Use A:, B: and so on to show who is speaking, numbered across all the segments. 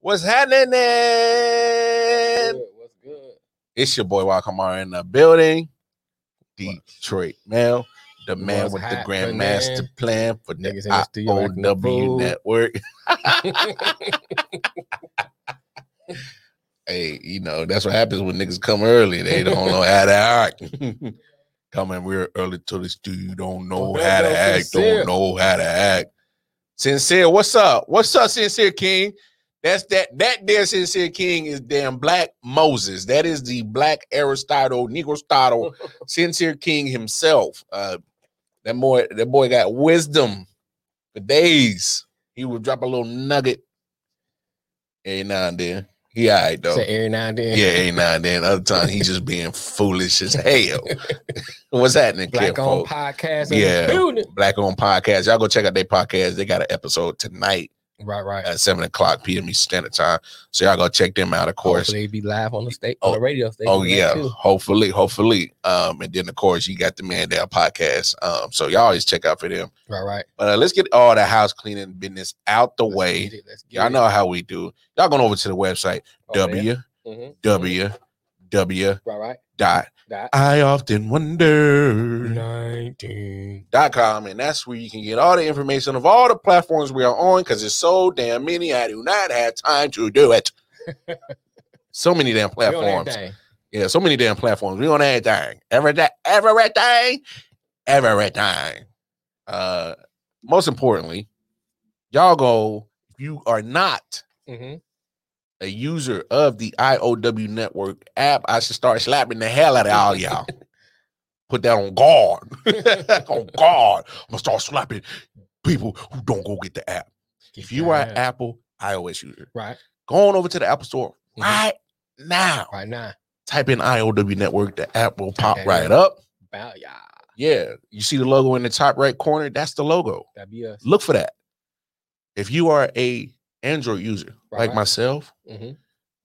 A: What's happening?
B: Good, What's good?
A: It's your boy Wakamara in the building. Detroit Mail, the man
B: What's
A: with the
B: happening?
A: grandmaster plan for the
B: Niggas in the studio acting a
A: OW
B: fool.
A: network. Hey, you know, that's what happens when niggas come early. They don't know how to act. Coming real early to the studio, you don't know
B: Well,
A: how to
B: that's
A: act,
B: sincere.
A: don't know how to act. Sincere, what's up? What's up, Sincere King? That's that that there Sincere King is damn black Moses. That is the black Aristotle, Negro Stottle, Sincere King himself. Uh that boy, that boy got wisdom for days. He would drop a little nugget every now and then. He all right though.
B: Say every now and then.
A: Yeah, every now and then. Other time he's just being foolish as hell. What's happening,
B: Black
A: Black
B: on
A: on,
B: podcast. in
A: Yeah.
B: The building.
A: Black on podcast. Y'all go check out their podcast. They got an episode tonight
B: Right, right.
A: at seven o'clock p.m. Eastern Standard Time. So y'all go check them out, of course.
B: Hopefully they be live on the state
A: Oh,
B: on the radio station.
A: Oh
B: and that
A: yeah,
B: too.
A: hopefully, hopefully. Um, and then of course you got the Man Down podcast. Um, so y'all always check out for them.
B: Right, right.
A: But uh, let's get all the house cleaning business out the
B: Let's
A: way.
B: get it, let's get
A: Y'all
B: it.
A: know how we do. Y'all going over to the website
B: Oh, man.
A: w
B: Mhm.
A: w w
B: Right, right.
A: dot
B: That.
A: I often wonder.
B: Nineteen.
A: dot com, and that's where you can get all the information of all the platforms we are on because it's so damn many. I do not have time to do it. so many damn
B: We on
A: platforms.
B: everything.
A: Yeah, so many damn platforms. We on everything. Everything. Everything. Everything. Uh, most importantly, y'all go. If you are not
B: Mhm.
A: a user of the IOW network app, I should start slapping the hell out of all y'all. Put that on guard.
B: Mm-hmm.
A: on guard. I'm gonna Oh, start slapping people who don't go get the app. If you are an
B: Yeah.
A: Apple iOS user,
B: right,
A: go on over to the Apple Store
B: Mhm.
A: right now.
B: right now,
A: Type in IOW network. The app will pop
B: Okay.
A: right up.
B: bow yeah,
A: Yeah. You see the logo in the top right corner? That's the logo.
B: that be us.
A: Look for that. If you are a Android user like
B: Right.
A: myself,
B: Mhm.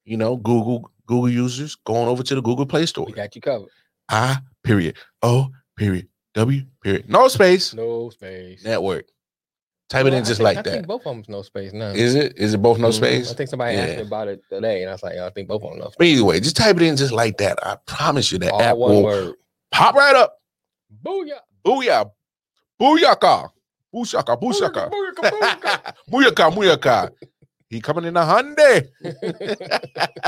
A: you know, Google, Google users going over to the Google Play Store.
B: We got you covered.
A: I period. O period. W period. No space.
B: No space.
A: Network. Type it
B: Well,
A: in
B: I
A: just
B: think- I
A: like
B: think
A: that.
B: both of them's no space now.
A: Is it? Is it both no
B: Mhm.
A: space?
B: I think somebody asked
A: Yeah.
B: me about it today, and I was like, I think both of them no
A: But
B: space.
A: either way, just type it in just like that. I promise you that app
B: All one
A: will
B: word.
A: pop right up.
B: Booyah.
A: Booyah. Booyaka. Booshaka. Booshaka.
B: Booyaka, booyaka,
A: Muyaka. Muyaka. He coming in a Hyundai.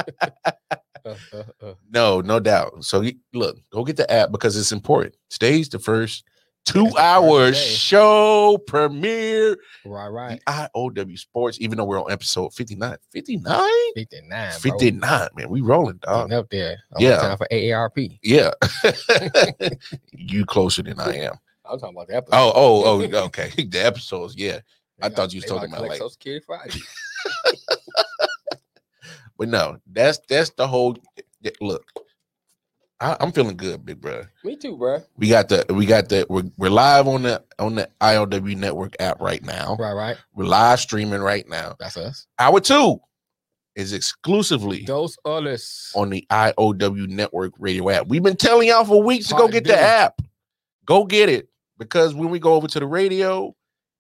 B: booyaka. Uh, uh, uh.
A: No, no doubt. So you, look, go get the app because it's important. Today's the first two
B: It's the first
A: hours
B: day.
A: show premiere.
B: Right, right.
A: The IOW Sports, even though we're on episode 59. 59?
B: 59. bro.
A: 59, man. We rolling, dog.
B: Getting up there. I'm
A: yeah.
B: Time for AARP.
A: Yeah. you closer than I am.
B: I'm talking about the episode.
A: Oh, oh, oh, okay. The episodes, yeah. I thought you was
B: They
A: talking
B: to
A: about,
B: collect
A: like-
B: Social Security Friday.
A: But no, that's that's the whole yeah, look. I, I'm feeling good, big brother.
B: Me too, bro.
A: We got the we got the we're, we're live on the on the IOW network app right now.
B: Right, right.
A: We're live streaming right now.
B: That's us.
A: Hour two is exclusively
B: Those others.
A: on the IOW network radio app. We've been telling y'all for weeks to go
B: Hard
A: get
B: to
A: the
B: do.
A: app. Go get it because when we go over to the radio,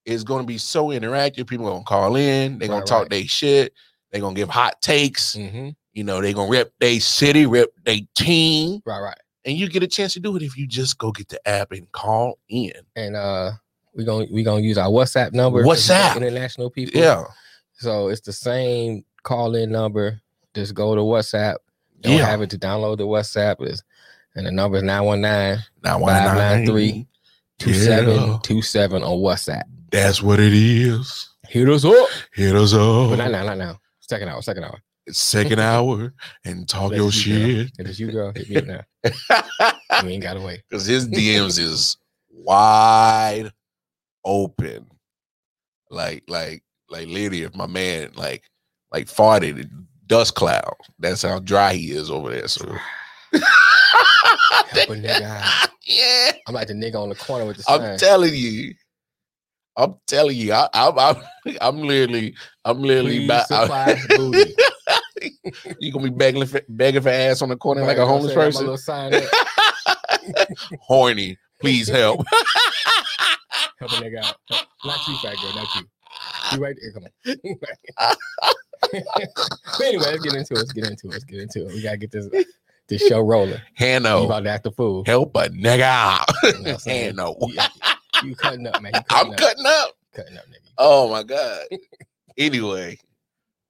A: it's going to be so interactive. People going to call in, they're going
B: Right,
A: to talk
B: right.
A: their shit, they're going to give hot takes.
B: Mm-hmm.
A: You know, they're going to rep their city, rep their team,
B: Right, right.
A: and you get a chance to do it if you just go get the app and call in.
B: And uh, we're gonna we gonna use our WhatsApp number. for
A: WhatsApp.
B: international people.
A: Yeah.
B: So it's the same call in number. Just go to WhatsApp. Don't
A: Yeah.
B: have it to download the WhatsApp. Is and the number is 919
A: 993.
B: 593.
A: Yeah.
B: 2727 on WhatsApp.
A: That's what it is.
B: Hit us up.
A: Hit us
B: But not
A: up.
B: now, not now. Second hour, second hour.
A: Second hour and talk
B: That's
A: your
B: you, girl.
A: shit.
B: If it's you, girl, hit me up now. We ain't got to wait.
A: because his DMs is wide open. Like, like, like, literally, if my man like, like, farted, it dust cloud. That's how dry he is over there. So,
B: Help a nigga out.
A: yeah,
B: I'm like the nigga on the corner with the
A: I'm
B: sign.
A: telling you, I'm telling you, I, I'm, I'm, I'm literally, I'm literally,
B: Please
A: about,
B: supply the booty.
A: you gonna be begging, for, begging for ass on the corner like a
B: Right,
A: homeless
B: I'm saying, I'm
A: person,
B: a little sign up.
A: horny. Please help.
B: Help a nigga out. Not you, fat girl. Not you. You right there. Come on. anyway, let's get into it. Let's get into it. Let's get into it. We gotta get this this show rolling. You
A: Hano,
B: about to act a fool.
A: help a nigga out.
B: You know what I'm saying?
A: Hano,
B: You, you cutting up, man. You
A: I'm cutting
B: cutting up.
A: up.
B: cutting up, nigga.
A: Oh my god. anyway,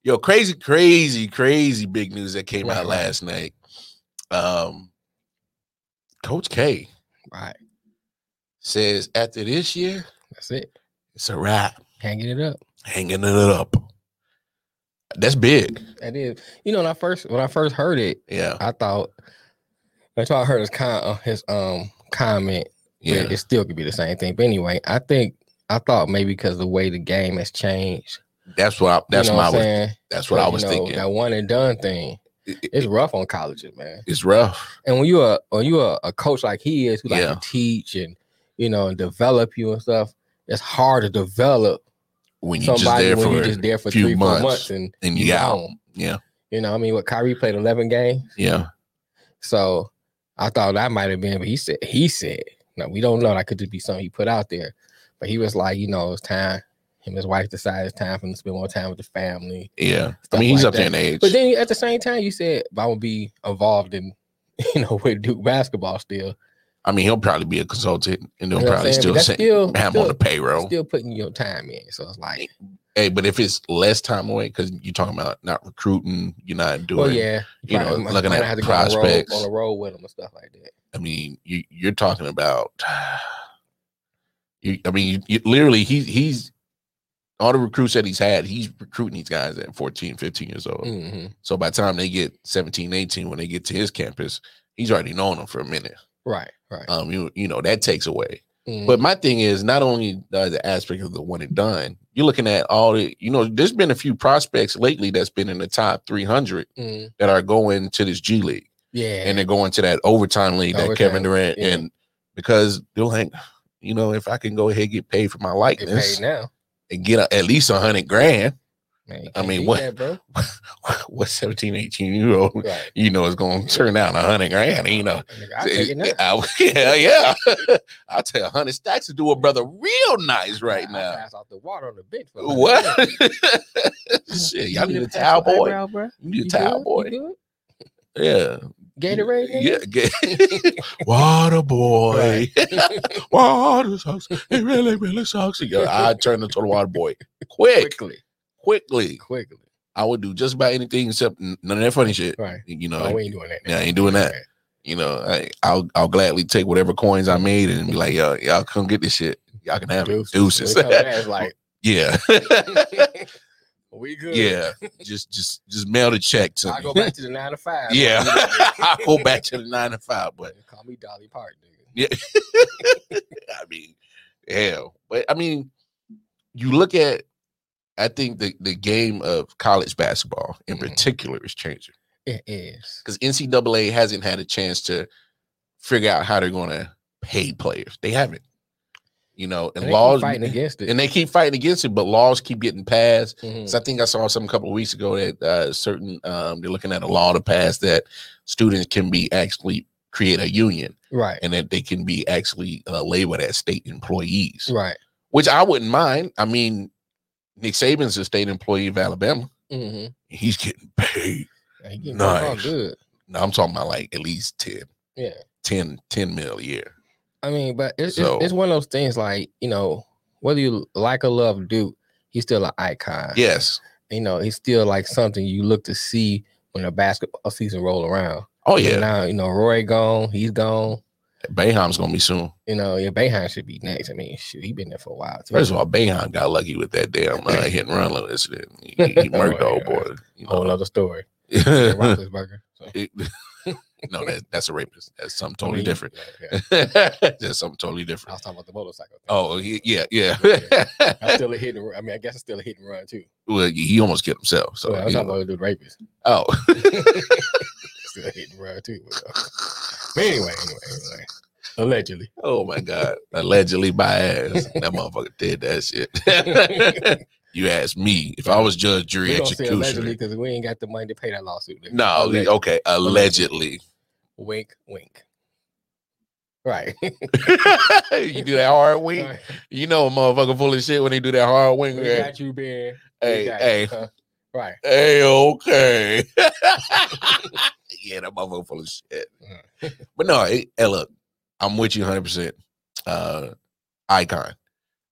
A: yo, crazy, crazy, crazy big news that came
B: Right,
A: out
B: right.
A: last night. Um, Coach K
B: All right,
A: says after this year,
B: that's it.
A: it's a wrap.
B: Hanging it up.
A: Hanging it up. That's big.
B: That is, you know, when I first when I first heard it,
A: Yeah,
B: I thought until I heard his con uh, his um comment, yeah.
A: yeah,
B: it still could be the same thing. But anyway, I think I thought maybe because the way the game has changed.
A: that's what I,
B: you
A: that's
B: know
A: my
B: what I'm
A: was,
B: saying.
A: that's what I
B: You
A: was
B: know,
A: thinking.
B: That one and done
A: It-
B: thing.
A: it-
B: It's rough on colleges, man.
A: it's rough.
B: And when you are when you are a coach like he is, who like
A: Yeah.
B: to teach and you know and develop you and stuff, it's hard to develop
A: When you just
B: somebody
A: there
B: when
A: for
B: you're just there for
A: few
B: three
A: months
B: four months and
A: and you
B: you
A: out.
B: gone.
A: Yeah,
B: You know, what I mean, what Kyrie played eleven games.
A: yeah,
B: So I thought that might have been, but he said he said, no, we don't know. That could just be something he put out there. But he was like, you know, it's time. Him and his wife decided it's time for him to spend more time with the family.
A: yeah. I
B: Stuff
A: mean, he's
B: like
A: up there in age.
B: But then at the same time, you said "But I would be involved in, you know, with Duke basketball still.
A: I mean, he'll probably be a consultant, and they'll
B: You know what I'm
A: probably
B: saying? But
A: still
B: that's
A: send
B: still-
A: have him on
B: still-
A: the payroll.
B: Still putting your time in. So it's like,
A: Hey, but if it's less time away, because you're talking about not recruiting, you're not doing.
B: well, Oh, yeah,
A: you know,
B: might-
A: looking
B: might
A: at
B: have to go on the road-
A: prospects.
B: on the road with him and stuff like that.
A: I mean, you, you're talking about. You, I mean, you, you, literally, he, he's all the recruits that he's had. He's recruiting these guys at 14, 15 years old.
B: hmm
A: So by the time they get 17, 18, when they get to his campus, he's already known them for a minute.
B: Right, right.
A: Um, you you know that takes away.
B: Mhm.
A: But my thing is not only uh, the aspect of the one and done. You're looking at all the, you know, there's been a few prospects lately that's been in the top 300
B: Mhm.
A: that are going to this G League
B: yeah,
A: Mm-hmm. and they're going to that overtime league that
B: Overtime,
A: Kevin Durant
B: yeah.
A: and because they're like, you know, if I can go ahead and get paid for my
B: get
A: likeness
B: paid now.
A: and get a, at least a hundred grand,
B: Man, you
A: I
B: can't
A: mean,
B: beat
A: what-
B: that, bro?
A: what 17, 18 year old,
B: Right.
A: you know, is going to turn out a hundred grand, you know.
B: Nigga, I take it now.
A: I- yeah, yeah. I'll tell you, a hundred stacks to do a brother real nice right
B: I- I
A: now.
B: Pass off the water on the bench. for like
A: What?
B: that.
A: Shit,
B: You
A: y'all need a
B: to
A: towel
B: pass your
A: boy.
B: eyebrow, bruh?
A: You need a
B: You
A: towel
B: good?
A: boy.
B: You
A: Yeah.
B: good? Gatorade. nigga?
A: Yeah. get- Water boy. Water sucks. It really, really sucks. Yeah, I turn into the water boy quick,
B: Quickly,
A: quickly.
B: quickly.
A: I would do just about anything except n- none of that funny shit.
B: Right.
A: You know,
B: No, we ain't doing that.
A: yeah, I ain't doing that. You know, I, I'll I'll gladly take whatever coins I made and be like, yo, y'all come get this shit. Y'all can have it. Deuces.
B: It's like
A: yeah.
B: we good.
A: yeah. Just just just mail the check to
B: I
A: me.
B: go back to the nine to five.
A: Yeah. I
B: I'll
A: go back to the nine to five, but
B: Call me Dolly Parton. nigga.
A: I mean, hell. But I mean, you look at I think the, the game of college basketball in
B: Mhm.
A: particular is changing.
B: It is.
A: Because NCAA hasn't had a chance to figure out how they're gonna pay players. They haven't. You know, and,
B: And they keep
A: laws
B: fighting against it.
A: and they keep fighting against it, but laws keep getting passed.
B: Mhm.
A: So I think I saw some couple of weeks ago that uh, certain um, they're looking at a law to pass that students can be actually create a union
B: Right.
A: and that they can be actually uh, labeled as state employees,
B: Right.
A: which I wouldn't mind. I mean, Nick Saban's a state employee of Alabama.
B: Mm-hmm.
A: He's getting paid.
B: He getting all
A: Nice.
B: good.
A: Now I'm talking about like at least 10,
B: Yeah.
A: 10, 10 mil a year.
B: I mean, but it's,
A: So-
B: it's it's one of those things like you know whether you like or love Duke, he's still an icon.
A: Yes.
B: you know he's still like something you look to see when a basketball season roll around.
A: Oh
B: And
A: yeah.
B: now you know Roy gone, he's gone.
A: Bayham's gonna be soon.
B: You know your Behan should be next. I mean, shoot, he been there for a while. Too.
A: First of all, Bayham got lucky with that damn uh, hit and run incident. He, he
B: Oh,
A: murked the old boy. you
B: whole
A: know.
B: other story. Roethlisberger. So,
A: It- no, that, that's a rapist. That's something
B: I
A: totally
B: mean,
A: different.
B: yeah, yeah.
A: that's something totally
B: I
A: different.
B: was talking about the motorcycle. Thing.
A: Oh, he- yeah, yeah.
B: That's still a hit. and run. I mean, I guess it's still a hit and run too.
A: well, he almost killed himself. So,
B: So I was
A: you
B: talking
A: know.
B: about the dude rapist.
A: oh,
B: Still a hit and run too. uh, But anyway, anyway, anyway. Allegedly.
A: oh my God! Allegedly by ass, that motherfucker did that shit. you asked me if I was judge, jury,
B: We're gonna say allegedly
A: executioner.
B: because we ain't got the money to pay that lawsuit. nigga.
A: No,
B: Alleg-
A: okay, allegedly.
B: wink, wink. Right.
A: you do that hard wing.
B: Right.
A: You know, a motherfucker full of shit when they do that hard wing.
B: We got you, Ben. We
A: Hey,
B: got
A: hey,
B: you, huh? Right.
A: Hey, okay. yeah, that motherfucker full of shit. but no, it, hey, look, I'm with you 100. percent uh Icon,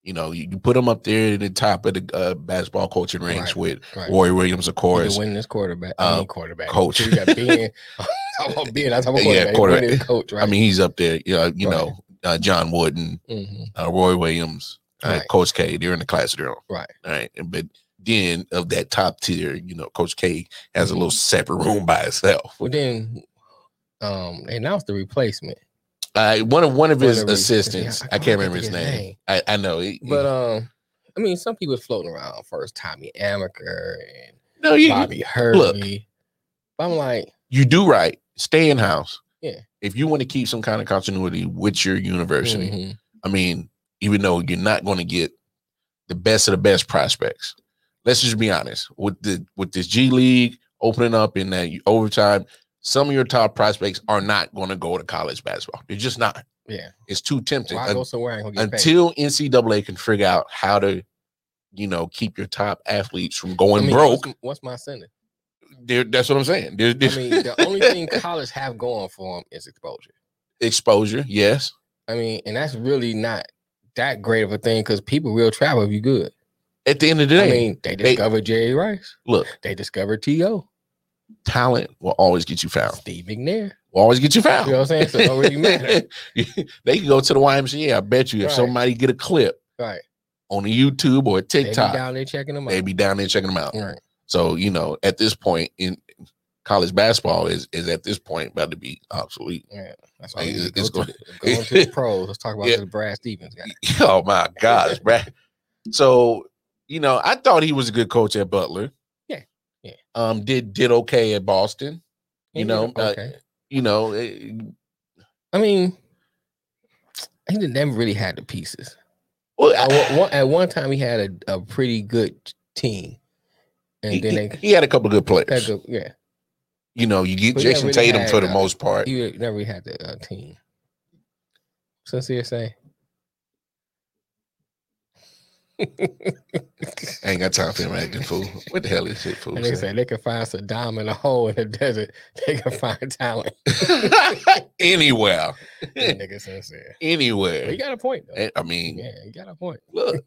A: you know, you, you put him up there at the top of the uh, basketball coaching ranks
B: Right,
A: with
B: Right.
A: Roy Williams, of
B: You
A: course.
B: can win this quarterback.
A: Uh,
B: I mean quarterback.
A: coach.
B: So you got Ben. I want Ben. I talk about
A: Yeah,
B: quarterback. You
A: quarterback.
B: win this coach, right?
A: I mean, he's up there. You know, you
B: Right.
A: know uh, John Wooden,
B: Mhm.
A: uh, Roy Williams, uh,
B: Right.
A: Coach K. They're in the class of their own.
B: Right.
A: All right. And- But then of that top tier, you know, Coach K has a little separate room by itself.
B: Well, then um, they announced the replacement.
A: Uh, one of one of his
B: Whatever he-
A: assistants,
B: yeah,
A: I can't remember his
B: think
A: name. I, I know, he-
B: But
A: Mm.
B: um, I mean, some people floating around first, Tommy Amaker and
A: no, you
B: Bobby Hurley. But I'm like,
A: you do right. Stay in house.
B: Yeah.
A: If you want to keep some kind of continuity with your university,
B: mhm,
A: I mean, even though you're not going to get the best of the best prospects, let's just be honest with the with this G League opening up in that overtime. Some of your top prospects are not going to go to college basketball. They're just not.
B: yeah,
A: It's too tempting.
B: why
A: Un-
B: go somewhere I ain't gonna get paid?
A: until NCAA can figure out how to, you know, keep your top athletes from
B: I
A: going
B: mean,
A: broke.
B: What's, what's my sentence?
A: They're- That's what I'm saying. They're-
B: I
A: they're-
B: mean, the only thing college have going for them is exposure.
A: exposure, yes.
B: I mean, and that's really not that great of a thing because people will travel if you good.
A: At the end of the
B: I
A: day,
B: mean, they discovered Jerry Rice.
A: look,
B: They discovered T.O.
A: talent will always get you found.
B: Steve McNair.
A: Will always get you
B: You know
A: found.
B: what I'm saying? So it don't really matter.
A: they can go to the YMCA. I bet you if
B: Right.
A: somebody get a clip
B: Right.
A: on a YouTube or a
B: They be
A: TikTok,
B: down there checking them out.
A: they be down there checking them out.
B: Right.
A: So you know, at this point in college basketball is is at this point about to be obsolete.
B: Yeah, that's
A: Like,
B: why we
A: it's-
B: go
A: it's
B: to, the- going to the pros. Let's talk about
A: Yeah.
B: this Brad Stevens guy.
A: oh my gosh, bruh. So you know, I thought he was a good coach at Butler.
B: Yeah. Yeah.
A: Um, did did okay at Boston. You
B: Yeah,
A: know, uh,
B: okay.
A: You know, eh,
B: I mean, he didn't- never really had the pieces.
A: well,
B: At
A: I-
B: one- one, at one time, he had a, a pretty good team, and
A: he,
B: then
A: he-
B: they
A: he had a couple of good players.
B: that go- yeah,
A: you know, you get
B: But yeah,
A: Jason
B: really
A: Tatum
B: had,
A: for the
B: uh,
A: most part.
B: he really never really had the uh, team. Sincere say.
A: I ain't got time for him acting fool. What the hell is it, fool?
B: And they say they can find Saddam in a hole in the desert. They can find talent.
A: anywhere,
B: That nigga sincere. But
A: anywhere.
B: he got a point though.
A: Eh, I mean,
B: Yeah, he got a point.
A: look,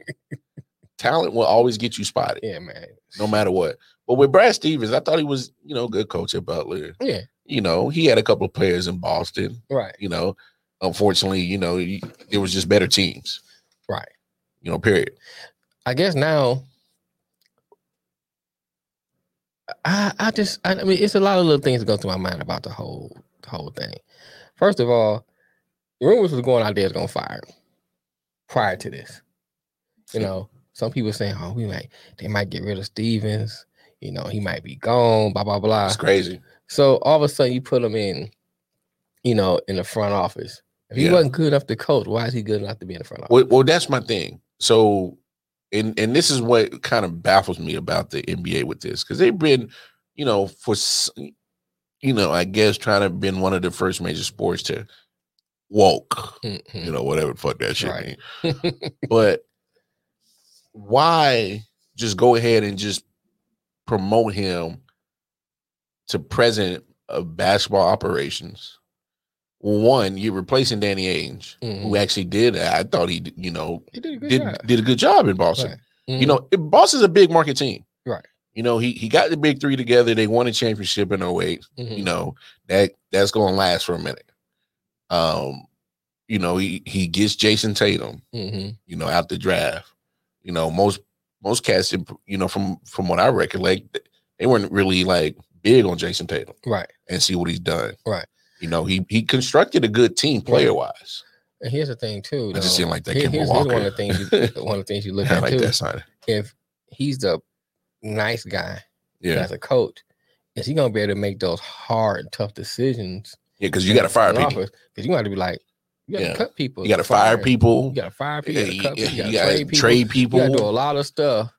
A: talent will always get you spotted,
B: Yeah, man.
A: no matter what. But with Brad Stevens, I thought he was, you know, a good coach at Butler.
B: Yeah,
A: You know, he had a couple of players in Boston.
B: right.
A: You know, unfortunately, you know, he- it was just better teams.
B: Right.
A: You know, period.
B: I guess now I I just I, I mean it's a lot of little things that go through my mind about the whole the whole thing. First of all, the rumors was going out there is gonna fire him prior to this. You know, some people saying, Oh, we might they might get rid of Stevens, you know, he might be gone, blah blah blah.
A: It's crazy.
B: So all of a sudden you put him in, you know, in the front office. If he
A: Yeah.
B: wasn't good enough to coach, why is he good enough to be in the front office?
A: Well, well, that's my thing. So, and and this is what kind of baffles me about the NBA with this because they've been, you know, for s- you know, I guess trying to been one of the first major sports to woke,
B: Mhm.
A: you know, whatever the fuck that shit
B: Right.
A: mean. But why just go ahead and just promote him to president of basketball operations? One, you're replacing Danny Ainge,
B: Mhm.
A: who actually did. I thought he, d- you know,
B: He did a good
A: did
B: job.
A: did a good job in Boston.
B: Right.
A: You know, it, Boston's a big market team.
B: Right.
A: You know, he he got the big three together. They won a championship in 8
B: Mhm.
A: You know, that that's gonna last for a minute. Um, you know, he he gets Jason Tatum,
B: Mhm.
A: you know, out the draft. You know, most most cats, in- you know, from from what I recollect, th- they weren't really like big on Jason Tatum
B: Right.
A: and see what he's done.
B: Right.
A: You know, he he constructed a good team player wise.
B: And here's the thing too.
A: I just
B: though.
A: didn't like that
B: Here-
A: Kemba
B: here's, here's one
A: Walker.
B: of the things. You, one of the things you look
A: I
B: at
A: like
B: too.
A: that sign.
B: If he's the nice guy
A: Yeah.
B: as a coach, is he gonna be able to make those hard, tough decisions?
A: Yeah, because you gotta fire people.
B: because you gotta be like, you gotta
A: Yeah.
B: cut people.
A: You gotta fire people.
B: You gotta fire people.
A: Yeah,
B: You gotta, cut
A: yeah,
B: people, you gotta
A: you gotta
B: trade people.
A: trade people.
B: You gotta do a lot of stuff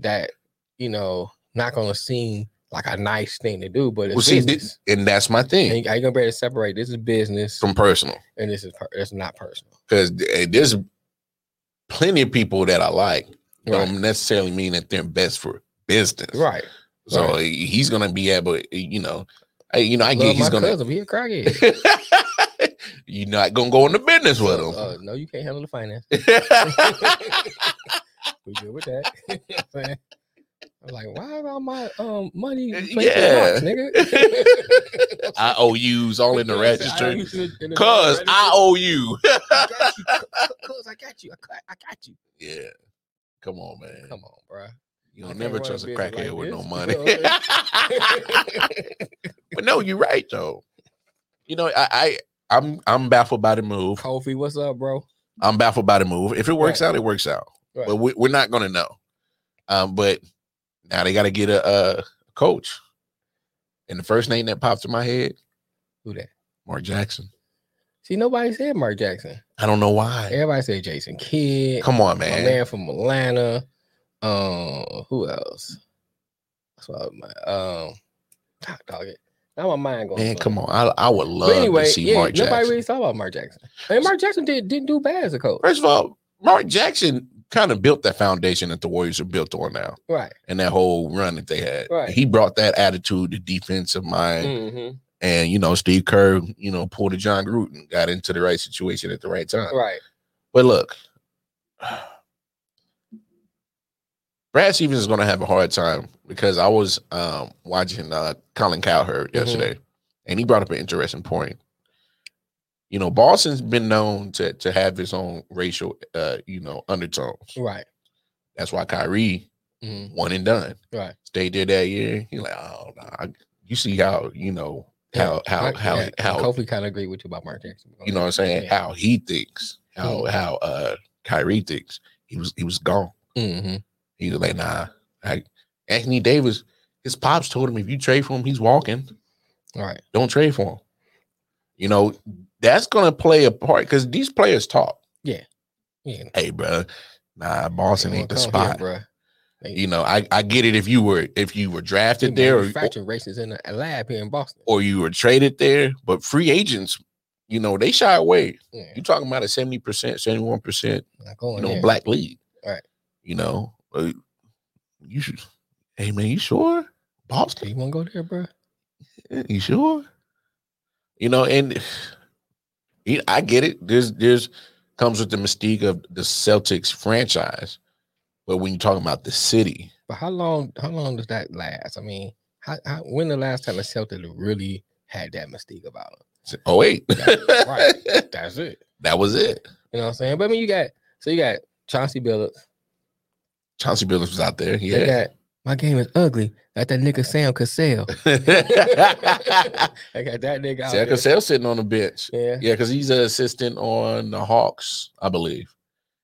B: that you know not gonna seem like a nice thing to do, but it's
A: Well, see, thi-
B: business.
A: and that's my
B: And
A: thing
B: you- Are you gonna be able to separate this is business
A: from personal
B: and this is per- it's not personal?
A: because there's plenty of people that I like
B: Right.
A: don't necessarily mean that they're best for business.
B: Right.
A: So
B: Right.
A: he- he's gonna be able, you know, hey, you know, I
B: Love
A: get he's
B: my
A: gonna.
B: cousin. He a crackhead.
A: You're not gonna go into business with
B: Uh,
A: him.
B: uh, no, you can't handle the finance. uh, We good with that. You know what I'm saying? I'm like, why is all my um money placed in rocks, nigga?
A: IOUs all in the
B: You know what I'm saying? I
A: register.
B: used to- in the
A: Cause
B: register.
A: I owe you.
B: I got you. Cause I got you. I got- I got you.
A: yeah. Come on, man.
B: Come on, bro.
A: You don't
B: I can't
A: never
B: run a
A: trust a
B: business
A: crackhead
B: like
A: with no
B: this.
A: money.
B: You know what
A: but no, you're right though. You know, I, I I'm I'm baffled by the move.
B: Kofi, what's up, bro?
A: I'm baffled by the move. If it works out, it works out.
B: Right.
A: But we, we're not gonna know. Um, but now they got to get a, a coach. And the first name that pops in my head,
B: Who that?
A: Mark Jackson.
B: See, nobody said Mark Jackson.
A: I don't know why.
B: Everybody said Jason Kidd.
A: Come on,
B: my
A: man.
B: man from Atlanta. Um, who else? That's why my um, God, dog it. Now my mind going.
A: Man, come on. I, I would love to see Mark
B: nobody
A: Jackson.
B: really thought about Mark Jackson. And Mark Jackson did didn't do bad as a coach,
A: First of all, Mark Jackson kind of built that foundation that the Warriors are built on now
B: right?
A: and that whole run that they had.
B: Right.
A: He brought that attitude, the defensive mind.
B: Mm-hmm.
A: And, you know, Steve Kerr, you know, pulled a John Gruden, got into the right situation at the right time.
B: Right.
A: But look, Brad Stevens is going to have a hard time because I was um, watching uh, Colin
B: Mm-hmm.
A: Cowherd yesterday, and he brought up an interesting point. You know, Boston's been known to to have his own racial, uh, you know, undertones.
B: Right.
A: That's why Kyrie
B: hmm
A: one and done.
B: Right.
A: Stayed there that year. He's like, oh, nah. you see how you know how how
B: Mark-
A: how
B: yeah,
A: how
B: Kofi kind of agreed with you about Mark Jackson.
A: you know what I'm saying?
B: Yeah.
A: How he thinks, how
B: Mm.
A: how uh Kyrie thinks. He was he was gone.
B: hmm
A: He was like, nah. I, Anthony Davis, his pops told him if you trade for him, he's walking.
B: Right.
A: Don't trade for him. You know, that's gonna play a part because these players talk.
B: Yeah.
A: Hey, bro, nah, Boston
B: They
A: ain't the
B: wanna come here,
A: spot.
B: bruh. They-
A: you know, I, I get it if you were if you were
B: they
A: drafted there oh. or,
B: manufacture races in a lab here in Boston.
A: or you were traded there, but free agents, you know, they shy away.
B: yeah,
A: You're talking about a 70%, 71%
B: not going
A: you know,
B: there.
A: black league.
B: Right.
A: You know, uh, you should. Hey man, you sure? Boston,
B: You want to go there, bro?
A: you sure? You know, and yeah, I get it. There's there's comes with the mystique of the Celtics franchise, but when you're talking about the city,
B: But how long? How long does that last? I mean, how, how, when the last time a Celtic really had that mystique about them?
A: oh wait,
B: That- right. That's it.
A: that was it.
B: You know what I'm saying? But I mean, you got so you got Chauncey Billups.
A: Chauncey Billups was out there.
B: You
A: Yeah,
B: got my game is ugly. Got that nigga Sam Cassell. I got that nigga out
A: Sam
B: there.
A: Cassell sitting on the bench.
B: Yeah.
A: Yeah, because he's an assistant on the Hawks, I believe.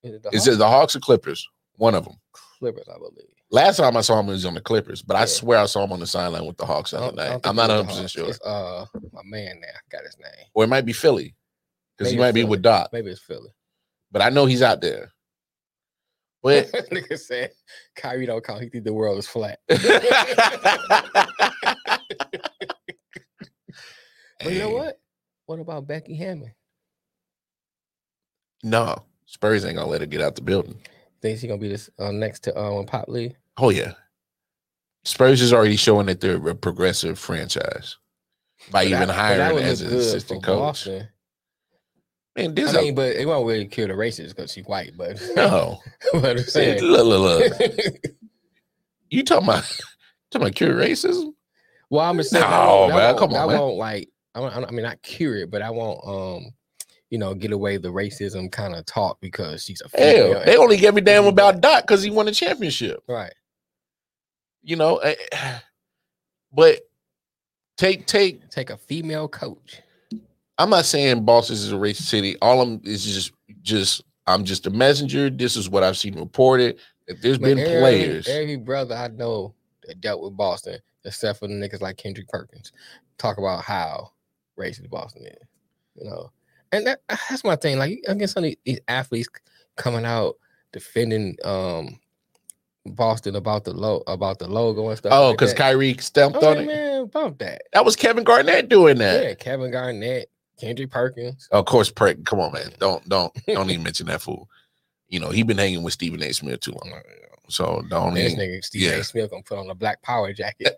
B: Is it the
A: It's just the Hawks or Clippers, one of them.
B: Hawks? Clippers, I believe.
A: Last time I saw him, he was on the Clippers, but
B: Yeah.
A: I swear I saw him on the sideline with the Hawks the
B: I
A: other
B: don't- I
A: night.
B: don't
A: Oh, I'm
B: think
A: not
B: it
A: 100
B: was the
A: percent sure,
B: Hawks. It's, uh, my man now. I got his name.
A: or it might be Philly because he
B: Maybe
A: might be
B: Philly.
A: with Doc.
B: Maybe it's Philly.
A: But I know he's out there. But
B: nigga said Kyrie don't call. He think the world is flat. But you know
A: Hey,
B: what? What about Becky Hammond?
A: No, Spurs ain't gonna let her get out the building.
B: Think she gonna be this uh, next to um Pop Lee?
A: Oh yeah, Spurs is already showing that they're a progressive franchise by
B: But that-
A: even
B: but that
A: hiring
B: would
A: as
B: look
A: an
B: good for
A: assistant coach.
B: Boston.
A: Man, this
B: I mean, but it won't really cure the racist because she's white. But
A: a, no.
B: but I'm
A: Look,
B: saying,
A: look, look. You talking about talking about cure racism?
B: well, I'm just saying, that
A: No,
B: won't- that
A: man,
B: won't-
A: come on,
B: that
A: man.
B: won't like. I, won't- I don't- I mean, not cure it, but I won't, um, you know, get away the racism kind of talk because she's a female.
A: Hell, they only gave a damn
B: Mhm.
A: about Doc because he won the championship.
B: right.
A: You know, eh, eh, but take take.
B: Take a female coach.
A: I'm not saying Boston is a racist city. All I'm is just just I'm just a messenger. This is what I've seen reported. That there's
B: But
A: been
B: every-
A: players.
B: Every brother I know that dealt with Boston, except for the niggas like Kendrick Perkins, talk about how racist Boston is. You know, and that that's my thing. Like I guess some of these- these athletes coming out defending um Boston about the lo- about the logo and stuff.
A: oh,
B: like
A: because
B: that.
A: Kyrie stumped
B: I'm
A: on
B: like,
A: it.
B: man, bump that.
A: That was Kevin Garnett doing that.
B: Yeah, Kevin Garnett, Kendrick Perkins.
A: Of course, Prick. Come on, man. Don't don't don't even mention that fool. You know he been hanging with Stephen A. Smith too long. So don't
B: This
A: even.
B: nigga Steve
A: yeah.
B: A. Smith gonna put on a black power jacket.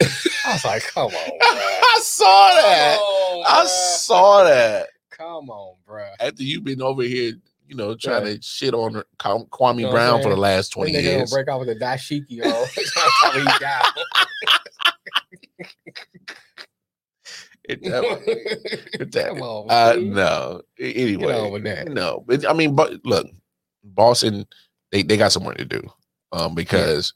B: I was like, come on, bruh.
A: I saw that.
B: Come on,
A: I
B: bruh.
A: saw that.
B: Come on, bruh.
A: After you've been over here, you know, trying
B: Yeah.
A: to shit on Ka- Kwame
B: You know what I'm
A: Brown for
B: saying?
A: the last
B: When
A: twenty
B: nigga gonna
A: years.
B: break off with a dashiki, yo. That's how he died.
A: It- that- it- that-
B: Come on,
A: uh,
B: Steve.
A: no. A- Anyway,
B: with that.
A: no. But, I mean, but look, Boston, they they got some work to do, um, because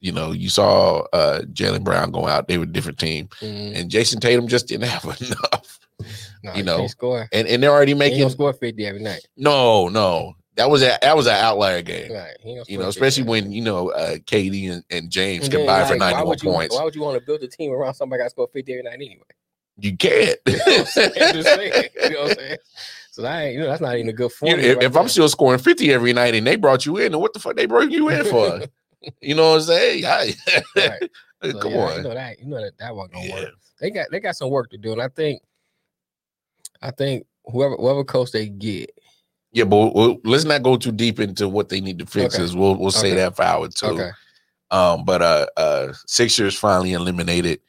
A: you know you saw uh Jalen Brown go out. They were a different team,
B: Mm,
A: and Jason Tatum just didn't have enough.
B: nah,
A: you
B: he
A: know,
B: can't score.
A: And and they're already
B: He ain't
A: making
B: gonna score fifty every night.
A: no no. That was a that was an outlier game.
B: Right, he ain't gonna
A: You
B: score
A: know,
B: 50
A: especially
B: every
A: when
B: night.
A: you know uh, KD and, and James
B: And then,
A: combined for
B: like, why
A: ninety one
B: would you-
A: points.
B: Why would you want to build a team around somebody that scored fifty every night anyway?
A: you can't.
B: I'm saying? Just saying, you know what I'm saying? So that ain't, you know, that's not even a good
A: You-
B: formula.
A: if,
B: right
A: if I'm
B: there.
A: still scoring 50 every night and they brought you in, then what the fuck they bring you in for? you know what I'm saying? I-
B: Right. So,
A: Come
B: yeah,
A: on.
B: you know that you know that that wasn't gonna
A: Yeah.
B: work. They got they got some work to do, and I think, I think whoever whoever coach they get,
A: Yeah, but we'll, let's not go too deep into what they need to fix.
B: Okay.
A: Is we'll we'll say
B: Okay.
A: that for hour two.
B: okay,
A: Um, but uh, uh, Sixers finally eliminated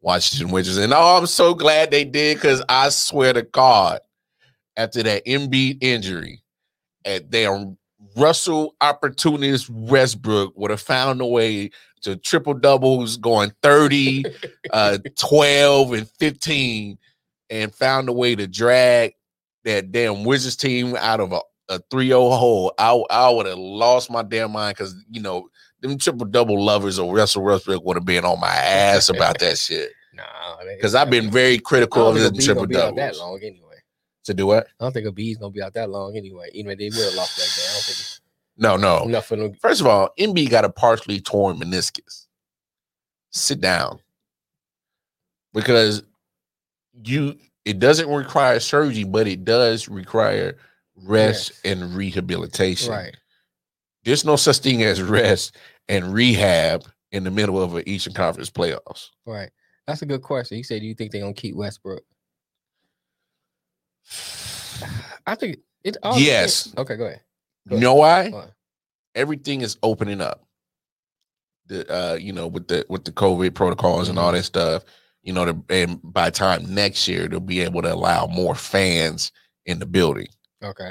A: Washington Wizards, and oh, I'm so glad they did because I swear to God, after that Embiid injury, at damn Russell opportunist Westbrook would have found a way to triple doubles, going 30, uh, 12, and 15, and found a way to drag that damn Wizards team out of a, a 3 0 hole. I, I would have lost my damn mind because, you know, them triple double lovers of Russell Westbrook would have been on my ass about that shit.
B: nah,
A: Because I've been very critical
B: cool.
A: of the triple
B: gonna be out that
A: doubles.
B: long anyway.
A: To do what?
B: I don't think a B's gonna be out that long anyway. Even if they would have lost that game, I don't think it's
A: No, no.
B: enough for them.
A: First of all, MB got a partially torn meniscus. Sit down. Because you it doesn't require surgery, but it does require rest and rehabilitation.
B: Right,
A: There's no such thing as rest and rehab in the middle of an Eastern Conference playoffs.
B: right. That's a good question. You said, do you think they're gonna keep Westbrook? I think it. all depends-
A: Yes.
B: Okay, go ahead.
A: You know why?
B: Why?
A: Everything is opening up. The uh, you know, with the with the COVID protocols and
B: Mm-hmm.
A: all that stuff, you know, the, and by time next year they'll be able to allow more fans in the building.
B: Okay.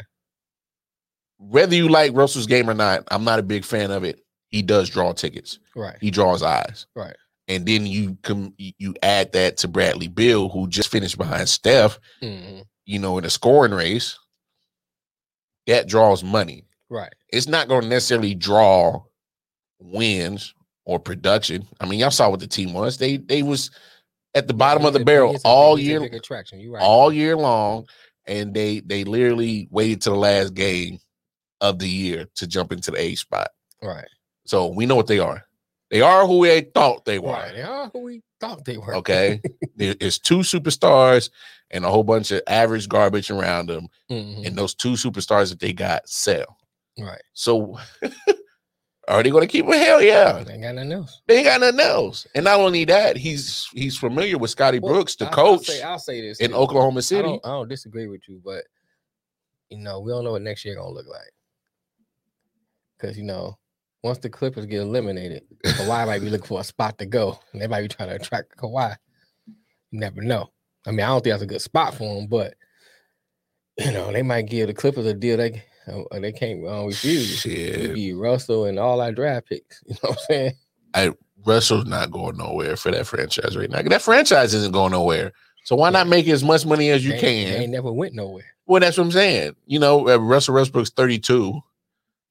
A: whether you like Russell's game or not, I'm not a big fan of it. He does draw tickets.
B: Right.
A: He draws eyes.
B: Right.
A: And then you come you add that to Bradley Bill, who just finished behind Steph,
B: hmm
A: you know, in a scoring race. That draws money.
B: Right.
A: It's not going to necessarily draw wins or production. I mean, y'all saw what the team was. They they was at the bottom of the
B: He's a-
A: barrel
B: he's a-
A: all
B: he's a
A: year
B: big attraction. You right.
A: all year long, and they they literally waited to the last game of the year to jump into the A spot.
B: Right.
A: So we know what they are. They are who they thought they were.
B: Right. They are who we thought they were.
A: Okay, There- it's two superstars and a whole bunch of average garbage around them,
B: Mhm.
A: and those two superstars that they got sell.
B: Right.
A: So are they going to keep him? Hell yeah,
B: They ain't got nothing else.
A: they ain't got nothing else. And not only that, he's he's familiar with Scotty
B: Well,
A: Brooks, the
B: I- I'll
A: coach
B: say, I'll say this
A: in
B: too.
A: Oklahoma
B: I
A: City.
B: don't, I don't disagree with you, but you know we don't know what next year gonna look like. Because you know, once the Clippers get eliminated, Kawhi might be looking for a spot to go, and they might be trying to attract Kawhi. You never know. I mean, I don't think that's a good spot for him, but you know they might give the Clippers a deal they uh, they can't uh, refuse.
A: Shit.
B: It'd be Russell and all our draft picks. You know what I'm saying?
A: Russell's not going nowhere for that franchise right now. That franchise isn't going nowhere. So why not make as much money as you
B: They ain't-
A: can?
B: They ain't never went nowhere.
A: Well, that's what I'm saying. You know, uh, Russell Westbrook's 32.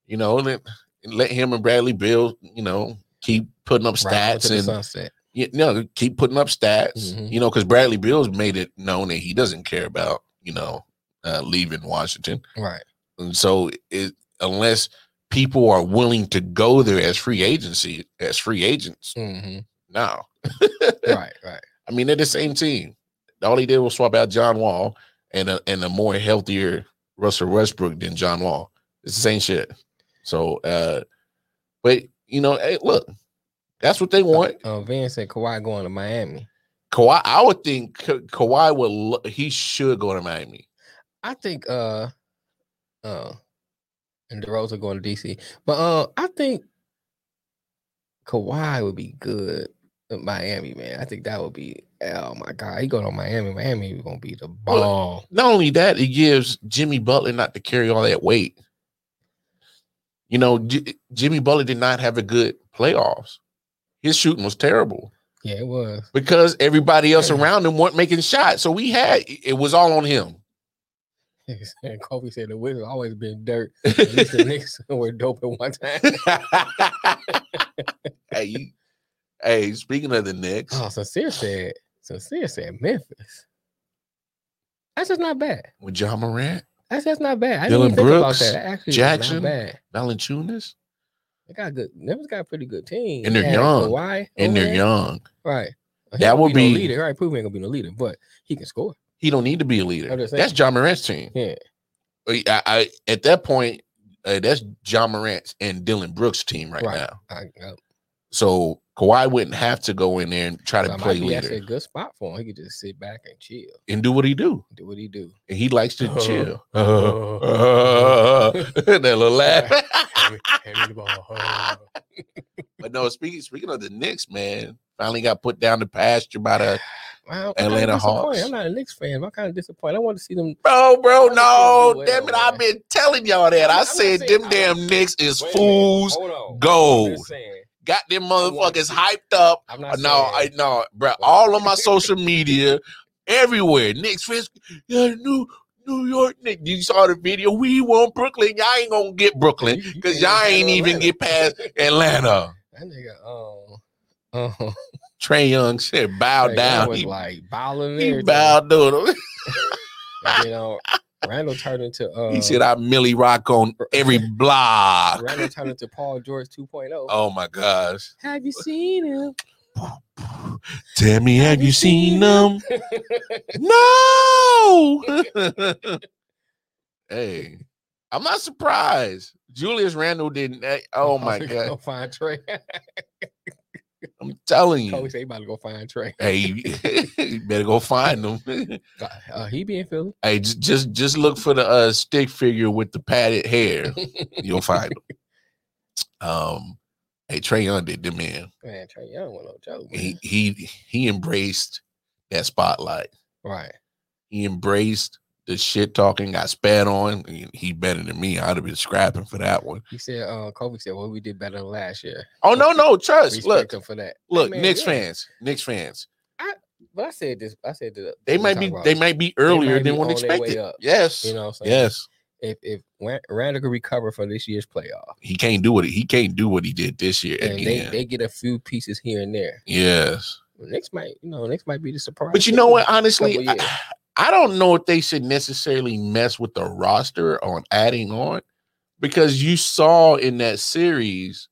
A: You know, let, let him and Bradley Bill, you know, keep putting up
B: Right
A: stats
B: into the
A: and
B: sunset.
A: you know, keep putting up stats.
B: Mhm.
A: You know, because Bradley Bill's made it known that he doesn't care about you know uh, leaving Washington,
B: Right.
A: and so it unless people are willing to go there as free agency as free agents
B: hmm
A: now.
B: Right. Right.
A: I mean, they're the same team. All he did was swap out John Wall and a, and a more healthier Russell Westbrook than John Wall. It's the same shit. So, uh, but you know, hey, look, that's what they want.
B: Uh, Van said Kawhi going to Miami.
A: Kawhi, I would think Ka- Kawhi would. lo- He should go to Miami.
B: I think uh uh and DeRozan going to DC. But uh I think Kawhi would be good in Miami, man. I think that would be oh my god. He going to Miami. Miami is gonna be the bomb.
A: Not only that, it gives Jimmy Butler not to carry all that weight. You know, J- Jimmy Butler did not have a good playoffs. His shooting was terrible
B: Yeah, it was.
A: because everybody else around him weren't making shots. So we had it was all on him.
B: And Kobe said the Wizards always been dirt. At least the Knicks were dope at one time.
A: hey, you- hey, speaking of the Knicks,
B: Oh, sincere said, sincere said Memphis. That's just not bad.
A: with John Morant,
B: That's just not bad.
A: Dylan
B: I didn't even think
A: Brooks,
B: about that. That Actually,
A: Jackson.
B: Jackson. Not bad.
A: Valanciunas,
B: They got a good. Memphis got a pretty good team.
A: And they're
B: They had
A: young.
B: Kawhi
A: and
B: over
A: they're
B: there.
A: young.
B: Right. He
A: That
B: won't
A: would
B: no
A: be-
B: leader. Right. Prove ain't gonna be no leader, but he can score.
A: He don't need to be a
B: I'm
A: leader.
B: just
A: That's
B: saying.
A: John Morant's team.
B: Yeah.
A: I, I at that point, uh, that's John Morant's and Dylan Brooks' team right,
B: Right.
A: now.
B: I, I,
A: So Kawhi wouldn't have to go in there and try to
B: so it
A: play
B: might be actually
A: leader
B: a good spot for him. He could just sit back and chill,
A: and do what he do.
B: do what he do.
A: And he likes to
B: Uh,
A: chill.
B: uh,
A: that little laugh.
B: Hand me- hand me the ball. Uh,
A: but no, speaking speaking of the Knicks, man, finally got put down to pasture by the
B: Wow, I'm kinda
A: Atlanta
B: disappointed.
A: Hawks.
B: I'm not a Knicks fan. but I'm kind of disappointed. I want to see them.
A: Bro, bro,
B: Why don't
A: no,
B: they do
A: damn
B: well,
A: it! I've
B: man?
A: been telling y'all that.
B: I'm
A: I
B: not
A: said
B: saying-
A: them
B: I'm-
A: damn Knicks is
B: Wait a minute.
A: fools.
B: Hold on.
A: gold.
B: I'm just saying.
A: Got them
B: Hold on.
A: motherfuckers hyped up.
B: I'm not
A: no, I
B: saying-
A: no, bro. All of my social media, everywhere. Knicks fans, yeah, New New York Knicks. You saw the video. We want Brooklyn. Y'all ain't gonna get Brooklyn
B: You- you
A: because
B: can't
A: y'all ain't
B: even
A: even
B: handle
A: get past Atlanta.
B: Atlanta. That nigga, um, um,
A: Trey Young said, bow
B: like, I
A: down.
B: was
A: He,
B: like bowling. and
A: he
B: everything.
A: bowed down.
B: And then, um, Randall turned into. Uh,
A: he said, I Millie Rock on every block.
B: Randall turned into Paul George 2.0.
A: Oh my gosh.
B: Have you seen him?
A: Tell me, have you seen them? no. hey, I'm not surprised. Julius Randle didn't. eh, Oh my
B: Kobe
A: god,
B: Go find Trey.
A: I'm telling
B: Kobe
A: you.
B: said he about to go find Trey.
A: Hey, you better go find them.
B: Uh, he be in Philly.
A: hey, just, just just look for the uh, stick figure with the padded hair. You'll find them. Um, hey, Trey Young did the man.
B: Man, Trey Young was no joke. Man.
A: He he he embraced that spotlight.
B: right.
A: he embraced the shit talking, got spat on. He, he better than me. I'd have been scrapping for that one.
B: He said, uh, Kobe said, well, we did better than last year.
A: Oh no, no, trust. Look,
B: Respect him for that.
A: look,
B: man,
A: Knicks
B: yeah.
A: fans, Knicks fans.
B: But I said this. I said this.
A: They
B: we
A: might
B: talked
A: be
B: about
A: they
B: it.
A: might be earlier
B: might
A: than
B: be
A: one
B: on their way
A: expected.
B: up.
A: Yes.
B: You know what I'm saying?
A: yes.
B: If, if Ran- Randall could recover for this year's playoff
A: He can't do what he he can't do what he did this year
B: and
A: again.
B: they, they get a few pieces here and there,
A: yes.
B: Knicks might, you know, Knicks might be the surprise.
A: But you know
B: team.
A: what? Honestly,
B: Couple years.
A: I, I don't know if they should necessarily mess with the roster on adding on because you saw in that series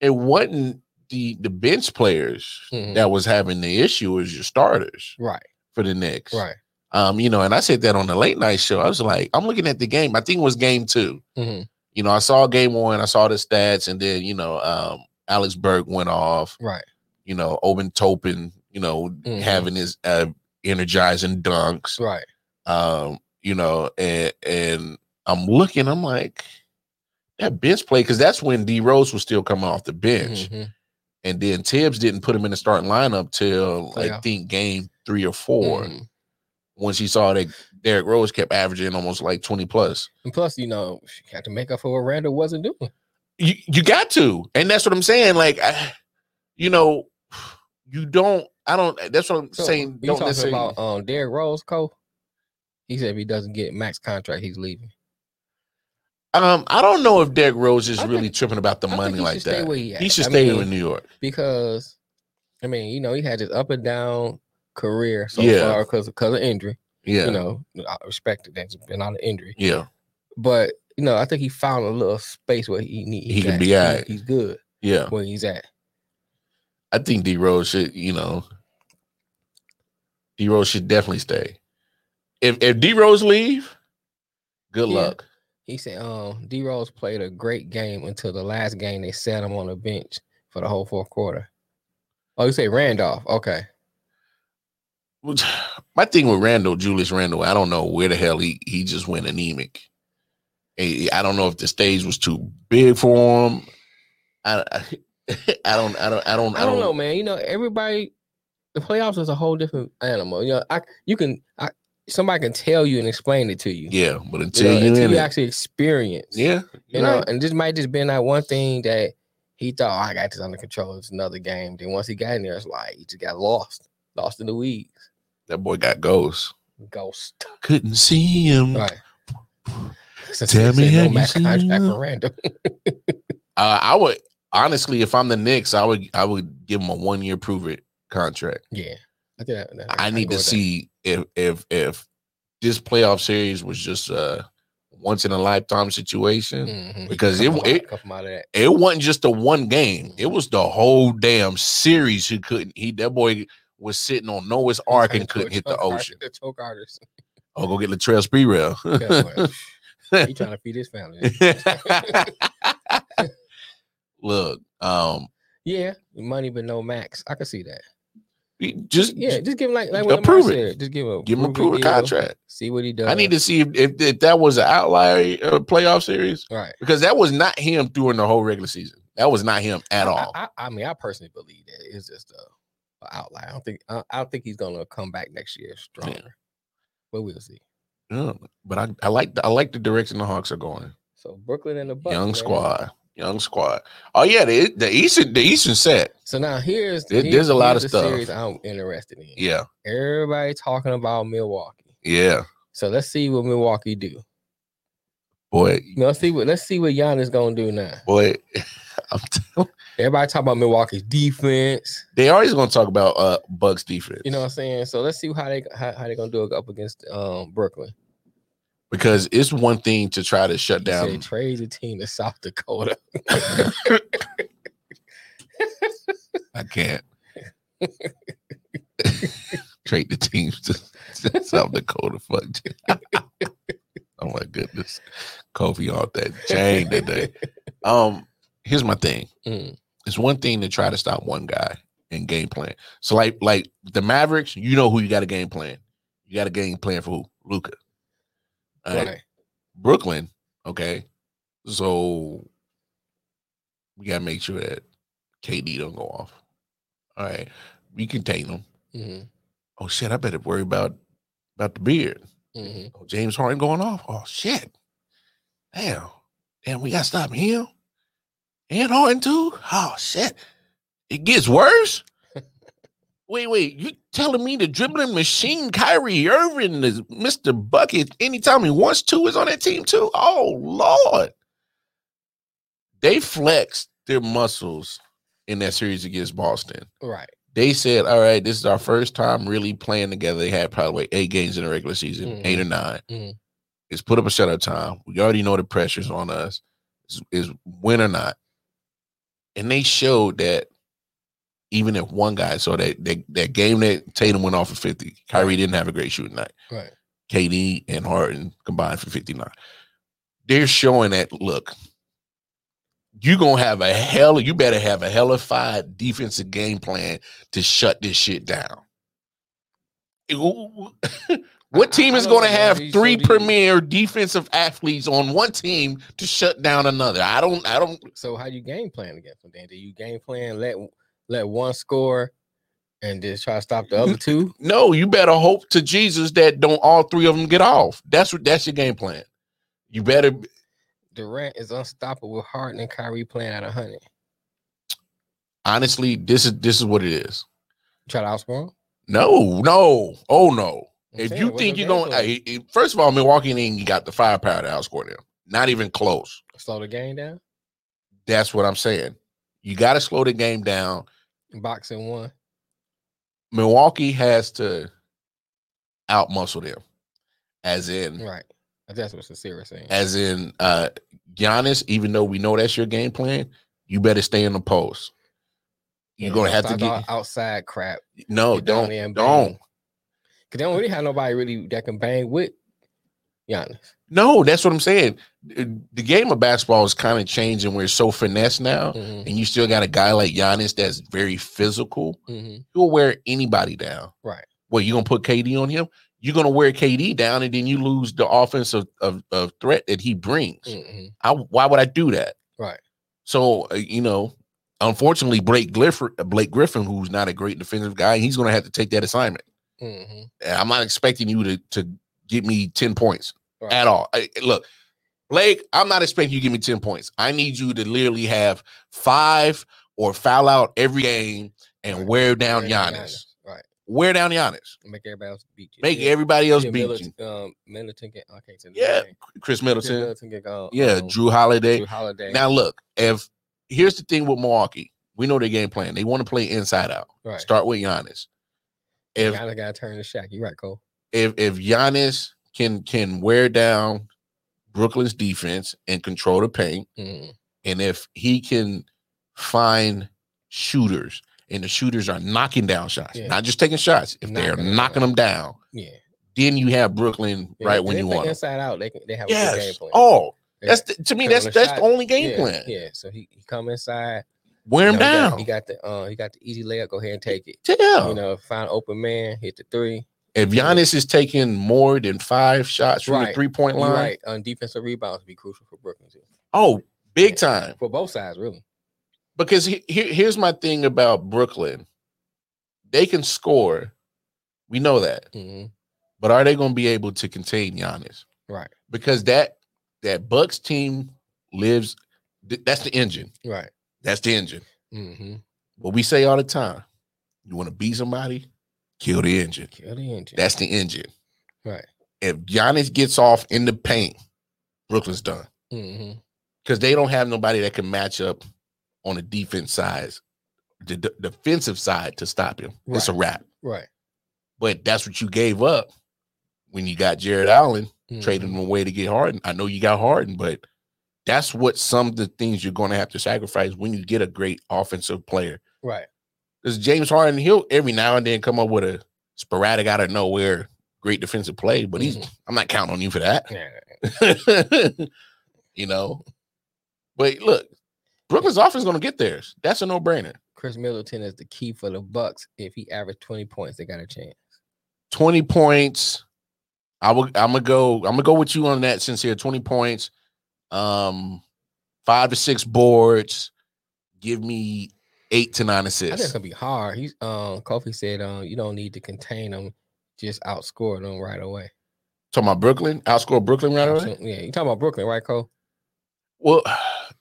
A: it wasn't the the bench players
B: Mhm.
A: that was having the issue is your starters
B: Right,
A: for the Knicks.
B: right.
A: Um, you know, and I said that on the late night show. I was like, I'm looking at the game. I think it was game two.
B: hmm
A: You know, I saw game one, I saw the stats, and then, you know, um, Alex Berg went off,
B: Right.
A: you know, Oben Topin, you know,
B: Mhm.
A: having his uh, energizing dunks.
B: Right.
A: Um, you know, and and I'm looking, I'm like, that bench play, because that's when D Rose was still coming off the bench
B: Mhm.
A: and then Tibbs didn't put him in the starting lineup till I
B: Oh, Yeah.
A: think game three or 4
B: Mhm.
A: Once he saw that Derrick Rose kept averaging almost like twenty plus,
B: And plus, you know, she had to make up for what Randall wasn't doing.
A: you you got to, and that's what I'm saying. Like, I, you know, you don't. I don't. That's what I'm
B: So,
A: saying.
B: you
A: Don't
B: talking
A: necessarily.
B: about um Derrick Rose, Cole? He said if he doesn't get max contract, he's leaving.
A: um, I don't know if Derrick Rose is
B: I
A: really
B: think-
A: tripping about the
B: I think
A: money
B: he
A: like
B: should Stay
A: that.
B: where he, at.
A: He should
B: I
A: stay
B: mean,
A: in New York.
B: because I mean, you know, he had his up and down career so
A: Yeah.
B: far because because of injury.
A: Yeah,
B: You know, I respect it. That's been out of injury,
A: yeah,
B: but you know, I think he found a little space where he need.
A: He can be at.
B: He's good
A: yeah.
B: where he's at.
A: I think D Rose should, you know, D Rose should definitely stay. If if D Rose leave, good
B: Yeah.
A: luck.
B: He said, "Um, D Rose played a great game until the last game. They sat him on the bench for the whole fourth quarter." Oh, you say Randolph? Okay,
A: Which- My thing with Randall, Julius Randall, I don't know where the hell he he just went anemic. Eh, I don't know if the stage was too big for him. I, I- I don't. I don't. I don't.
B: I don't know, man. You know, everybody, the playoffs is a whole different animal. You know, I you can I, somebody can tell you and explain it to you.
A: Yeah, but
B: You know,
A: until you,
B: until
A: in
B: you
A: it,
B: actually experience.
A: yeah,
B: You know, and this might just been that one thing that he thought "Oh, I got this under control. It's another game. Then once he got in there, it's like he just got lost, lost in the weeds,
A: that boy got ghosts.
B: ghost.
A: Couldn't see him.
B: Right.
A: Mm.
B: Since
A: Tell
B: they
A: me
B: said
A: how
B: no
A: you
B: Matt
A: see
B: contract
A: him.
B: Miranda.
A: Uh, I would honestly, if I'm the Knicks, I would I would give him a one year prove it contract.
B: yeah, I, think that- that-
A: I
B: can
A: need to
B: go with that.
A: see if if if this playoff series was just a once in a lifetime situation.
B: Mhm. He
A: because
B: come
A: it-
B: from out-
A: it-
B: come from out of that.
A: It wasn't just the one game; it was the whole damn series. He couldn't. He that boy was sitting on Noah's Ark
B: Turned
A: and
B: into a
A: couldn't hit the
B: choke artist-
A: ocean.
B: a choke artist.
A: Oh, go get Latrell Sprewell.
B: Yeah, but he trying to feed his family.
A: Look, um,
B: Yeah, money but no max. I can see that.
A: just
B: Yeah, just give him like, like
A: Yeah,
B: what Lamar
A: prove it.
B: said. Just give him a
A: give him a
B: prove
A: proven
B: it deal,
A: contract.
B: See what he does.
A: I need to see if, if, if that was an outlier uh, playoff series
B: right.
A: because that was not him during the whole regular season. That was not him at
B: I-
A: all.
B: I, I, I mean, I personally believe that it's just a, a outlier. I don't think I, I don't think he's gonna come back next year stronger, but we'll see.
A: Yeah, but I, I like the, I like the direction the Hawks are going.
B: So Brooklyn and the Bucks,
A: young
B: man.
A: squad, young squad. Oh yeah, the the Eastern the Eastern set.
B: So now here's
A: There-
B: here-
A: there's a lot
B: here's
A: of
B: the
A: stuff.
B: series I'm interested in.
A: Yeah,
B: Everybody talking about Milwaukee.
A: yeah,
B: So let's see what Milwaukee do.
A: boy,
B: You know, let's see what let's see what Giannis gonna do now.
A: boy. I'm t-
B: Everybody talking about Milwaukee's defense.
A: they always going to talk about uh Bucks defense.
B: You know what I'm saying? So let's see how they how, how they gonna do it up against um Brooklyn.
A: because it's one thing to try to shut
B: He said,
A: down.
B: trade the team to South Dakota.
A: I can't. Trade the teams to, to South Dakota. Fuck. oh my goodness, Kofi off that chain today. Um, here's my thing.
B: Mm,
A: it's one thing to try to stop one guy and game plan. So like like the Mavericks, you know who you got a game plan. You got a game plan for who? Luca. Uh,
B: right.
A: Brooklyn. Okay. So we gotta make sure that KD don't go off. All right. We contain them.
B: Mhm,
A: Oh shit, I better worry about about the beard.
B: mhm.
A: Oh, James Harden going off. Oh shit. Damn. Damn, we gotta stop him. And Harden too. Oh shit. It gets worse. wait, wait. You telling me the dribbling machine Kyrie Irving is Mr. Bucket anytime he wants to is on that team too? Oh Lord. They flexed their muscles in that series against Boston
B: Right.
A: they said, "All right, this is our first time really playing together." They had probably eight games in the regular season,
B: Mhm.
A: eight or 9
B: Mhm.
A: It's put up a shutout time. We already know the pressure's on us. Is, is win or not, and they showed that even if one guy, so that that, that game that Tatum went off for fifty, Kyrie didn't have a great shooting night.
B: Right.
A: KD and Harden combined for fifty nine. They're showing that look. You gonna have a hell. You better have a hellified defensive game plan to shut this shit down. Ooh. what
B: I-
A: team
B: I
A: is
B: know
A: going to
B: that, man.
A: have
B: You sure
A: three
B: do.
A: premier defensive athletes on one team to shut down another? I don't. I don't.
B: So how you game plan against them? Then do you game plan let let one score and just try to stop the other two?
A: No, you better hope to Jesus that don't all three of them get off. That's what. That's your game plan. You better.
B: Durant is unstoppable with Harden and Kyrie playing at hundred.
A: Honestly, this is this is what it is.
B: Try to outscore him.
A: No, no. Oh no.
B: I'm
A: If
B: saying,
A: you
B: what's
A: think
B: their
A: you're going,
B: game plan?
A: to first of all, Milwaukee ain't got the firepower to outscore them. Not even close.
B: slow the game down,
A: That's what I'm saying. You got to slow the game down.
B: boxing one.
A: Milwaukee has to outmuscle them, as in,
B: Right. That's what Cecilia saying.
A: as in, uh, Giannis. Even though we know that's your game plan, you better stay in the post. You're
B: Yeah,
A: gonna
B: don't
A: have to
B: start all
A: get
B: outside crap.
A: no,
B: Get down
A: don't,
B: there and bang.
A: don't.
B: Cause they don't really have nobody really that can bang with Giannis.
A: No, that's what I'm saying. The the game of basketball is kind of changing. We're so finesse now,
B: Mhm,
A: and you still got a guy like Giannis that's very physical.
B: mhm.
A: He'll wear anybody down.
B: Right.
A: Well, you gonna put KD on him. You're gonna wear KD down, and then you lose the offensive of, of threat that he brings.
B: Mhm.
A: I why would I do that?
B: Right.
A: So uh, you know, Unfortunately, Blake Griffin, uh, Blake Griffin, who's not a great defensive guy, he's going to have to take that assignment.
B: Mm-hmm.
A: And I'm not expecting you to to give me 10 points
B: Right.
A: at all. I- look, Blake, I'm not expecting you to give me 10 points. I need you to literally have five or foul out every game and
B: Right.
A: wear down
B: Right,
A: Giannis.
B: Right.
A: Wear down Giannis.
B: Make everybody else beat you.
A: Make everybody else
B: yeah,
A: beat you.
B: Middleton, Um, Middleton get, I can't say the
A: Yeah,
B: name.
A: Chris
B: Chris
A: Middleton.
B: Middleton get gone.
A: Yeah,
B: um,
A: Drew Holiday.
B: Drew Holiday.
A: Now look, if here's the thing with Milwaukee, we know their game plan. They want to play inside out.
B: right.
A: Start with Giannis. If
B: Giannis got to turn the Shaq. You right, Cole.
A: if if Giannis can can wear down Brooklyn's defense and control the paint,
B: Mm.
A: and if he can find shooters, and the shooters are knocking down shots,
B: Yeah.
A: not just taking shots, if they're
B: Knocking them
A: knocking them down,
B: Yeah.
A: then you have Brooklyn
B: Yeah,
A: right
B: they-
A: when
B: they
A: you
B: play
A: want them.
B: Inside out, they can, they have a good game
A: Yes.
B: plan.
A: Oh,
B: Yeah.
A: that's the, to me.
B: Control
A: That's
B: the
A: that's
B: shot.
A: the only game
B: yeah,
A: plan.
B: Yeah. So he, he come inside.
A: Wear him
B: you know, he got-
A: down.
B: He got, the uh, he got the easy layup. Go ahead and take it.
A: yeah.
B: You know, find open man, hit the three.
A: If Giannis is taking more than five shots from the
B: Right.
A: three point
B: You
A: line,
B: right. On defensive rebounds be crucial for Brooklyn too.
A: oh, big
B: Yeah.
A: time.
B: For both sides, really.
A: Because he, he- here's my thing about Brooklyn they can score. We know that.
B: hmm
A: But are they going to be able to contain Giannis?
B: Right.
A: Because that that Bucks team lives th- that's the engine.
B: Right.
A: That's the engine.
B: Mm-hmm.
A: What we say all the time. You want to beat somebody? Kill the engine.
B: Kill the engine.
A: That's the engine.
B: Right.
A: If Giannis gets off in the paint, Brooklyn's done.
B: hmm
A: because they don't have nobody that can match up on the defense side, the d- defensive side to stop him. It's a wrap.
B: Right.
A: But that's what you gave up when you got Jared Allen, trading
B: Mhm.
A: him away to get Harden. I know you got Harden, but that's what some of the things you're going to have to sacrifice when you get a great offensive player.
B: Right.
A: Because James Harden, he'll every now and then come up with a sporadic out of nowhere great defensive play, but he's I'm not counting on you for that.
B: Yeah.
A: you know. But look, Brooklyn's offense is going to get theirs. That's a no-brainer.
B: Chris Middleton is the key for the Bucks. If he averaged 20 points, they got a chance.
A: 20 points. I will I'm going to go I'm going to go with you on that since here 20 points. Um 5 to 6 boards. Give me 8 to 9
B: I think it's
A: assists.
B: gonna be hard. He's um Kofi said um you don't need to contain them, just outscore them right away.
A: Talking about Brooklyn, outscore Brooklyn right away.
B: So- yeah, you talking about Brooklyn, right, Cole?
A: Well,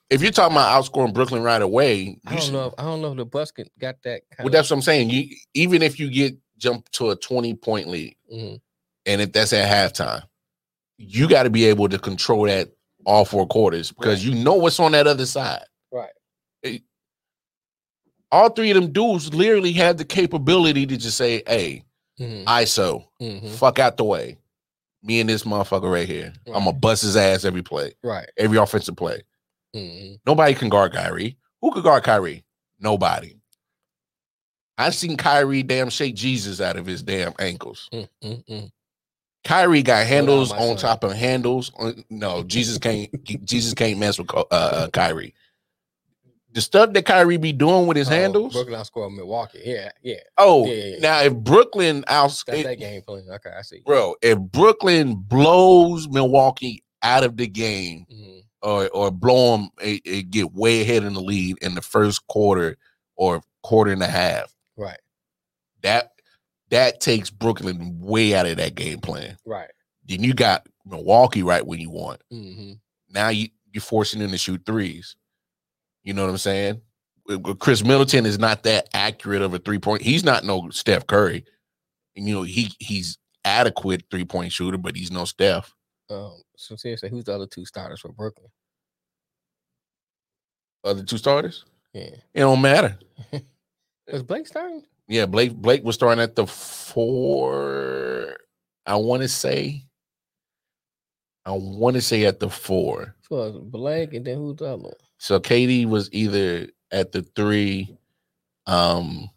A: if you're talking about outscoring Brooklyn right away, you
B: I don't
A: should-
B: know. If, I don't know if the Bucks can- got that kind
A: Well, that's what I'm saying. You even if you get jump to a 20 point lead,
B: of. Mhm.
A: and if that's at halftime, you got to be able to control that all four quarters because you know what's on that other side.
B: Right.
A: It- all three of them dudes literally have the capability to just say, "Hey,
B: Mhm,
A: ISO,
B: mhm.
A: fuck out the way. Me and this motherfucker right here. I'm gonna bust his ass every play,
B: Right.
A: every offensive play.
B: mhm.
A: Nobody can guard Kyrie. Who could guard Kyrie? Nobody." I've seen Kyrie damn shake Jesus out of his damn ankles.
B: Mm, mm, mm.
A: Kyrie got handles
B: my
A: on,
B: son.
A: top of handles. on- No, Jesus can't. Jesus can't mess with Ko- uh, uh, Kyrie. The stuff that Kyrie be doing with his
B: Oh,
A: handles.
B: Brooklyn outscored Milwaukee. Yeah, yeah.
A: oh,
B: yeah, yeah, yeah.
A: now if Brooklyn out,
B: Got
A: it-
B: that game plan. Okay, I see.
A: bro, if Brooklyn blows Milwaukee out of the game
B: Mhm.
A: or or blow them, it, it get way ahead in the lead in the first quarter or quarter and a half.
B: Right.
A: That that takes Brooklyn way out of that game plan.
B: Right.
A: Then you got Milwaukee right when you want.
B: hmm
A: now you you're forcing them to shoot threes. You know what I'm saying? Uh, uh, Chris Middleton is not that accurate of a three point. He's not no Steph Curry. And, you know he he's adequate three point shooter, but he's no Steph.
B: Um. So seriously, who's the other two starters for Brooklyn?
A: Other two starters,
B: Yeah.
A: it don't matter.
B: Is Blake starting?
A: Yeah, Blake Blake was starting at the four. I want to say. I want to say at the four.
B: So it's Blake, and then who's the other one?
A: So Katie was either at the three. Um,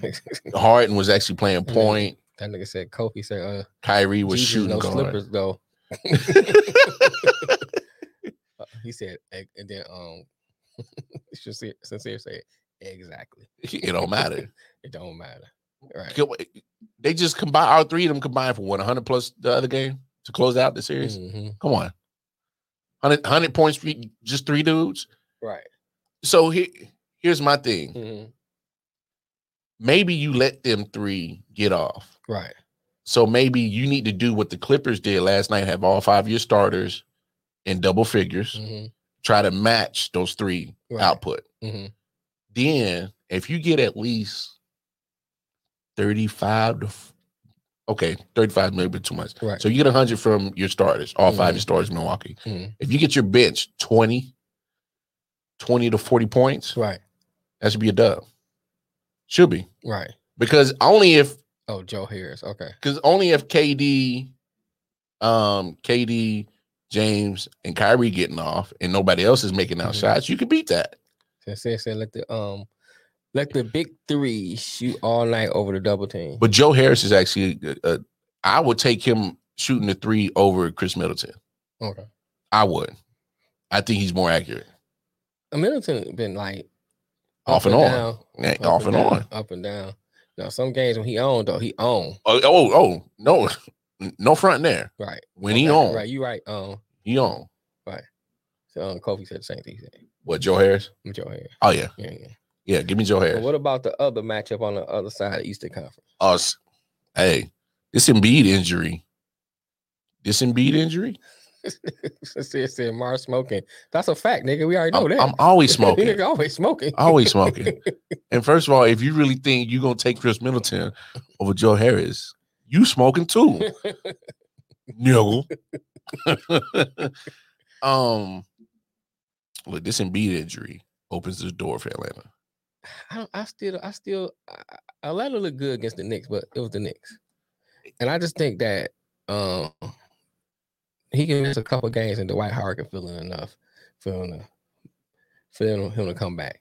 B: that
A: Harden was actually playing
B: Mhm.
A: point.
B: nigga said Kofi said uh
A: Kyrie was
B: Jesus,
A: shooting
B: no
A: guard.
B: slippers though. Uh, He said, "Ex- and then um, sincere, sincere said, exactly.
A: it don't matter.
B: It don't matter, right?
A: They just combine all three of them combined for one hundred plus the other game to close out the series.
B: Mhm,
A: Come on, 100, 100 points for just three dudes.
B: Right.
A: So he, here's my thing.
B: Mhm.
A: Maybe you let them three get off.
B: Right.
A: So maybe you need to do what the Clippers did last night, have all five of your starters in double figures,
B: Mhm.
A: try to match those three
B: Right.
A: output.
B: Mhm.
A: Then if you get at least 35 to f- okay, 35 maybe too much.
B: Right.
A: So you get 100 from your starters, all five of your
B: Mhm.
A: starters in Milwaukee.
B: Mhm.
A: If you get your bench 20, 20 to 40 points,
B: Right.
A: that should be a dub. Should be.
B: Right.
A: Because only if
B: Oh, Joe Harris. Okay.
A: because only if KD, um, KD, James, and Kyrie getting off, and nobody else is making out
B: Mhm.
A: shots, you could beat that.
B: Sincere said, "Let the um, let the big three shoot all night over the double team."
A: But Joe Harris is actually, uh, uh, I would take him shooting the three over Chris Middleton.
B: okay.
A: I would. I think he's more accurate.
B: Uh, Middleton been like
A: Off and on. Yeah,
B: up
A: off and
B: down,
A: on.
B: up and down. Now some games when he owned though he owned
A: Oh, oh, oh, no, no front there.
B: right
A: When
B: Okay,
A: he on,
B: right you right um
A: he on.
B: so um, Kofi said the same thing he said
A: What Joe Harris?
B: with Joe Harris.
A: Oh yeah,
B: Yeah, yeah.
A: yeah. Give me Joe
B: But
A: Harris.
B: what about the other matchup on the other side of Eastern Conference?
A: Us. Hey, this Embiid injury. This Embiid injury.
B: Sincere said Mar smoking. That's a fact, nigga. We already know
A: I'm,
B: that.
A: I'm always
B: nigga
A: smoking.
B: always smoking.
A: always smoking. And first of all, if you really think you're gonna take Chris Middleton over Joe Harris, you smoking too. No. um look, this Embiid injury opens the door for Atlanta.
B: I, don't- I still, I still, I, I- Atlanta looked good against the Knicks, but it was the Knicks, and I just think that um he can miss a couple games, and Dwight Howard can fill in enough for him to for him, him to come back.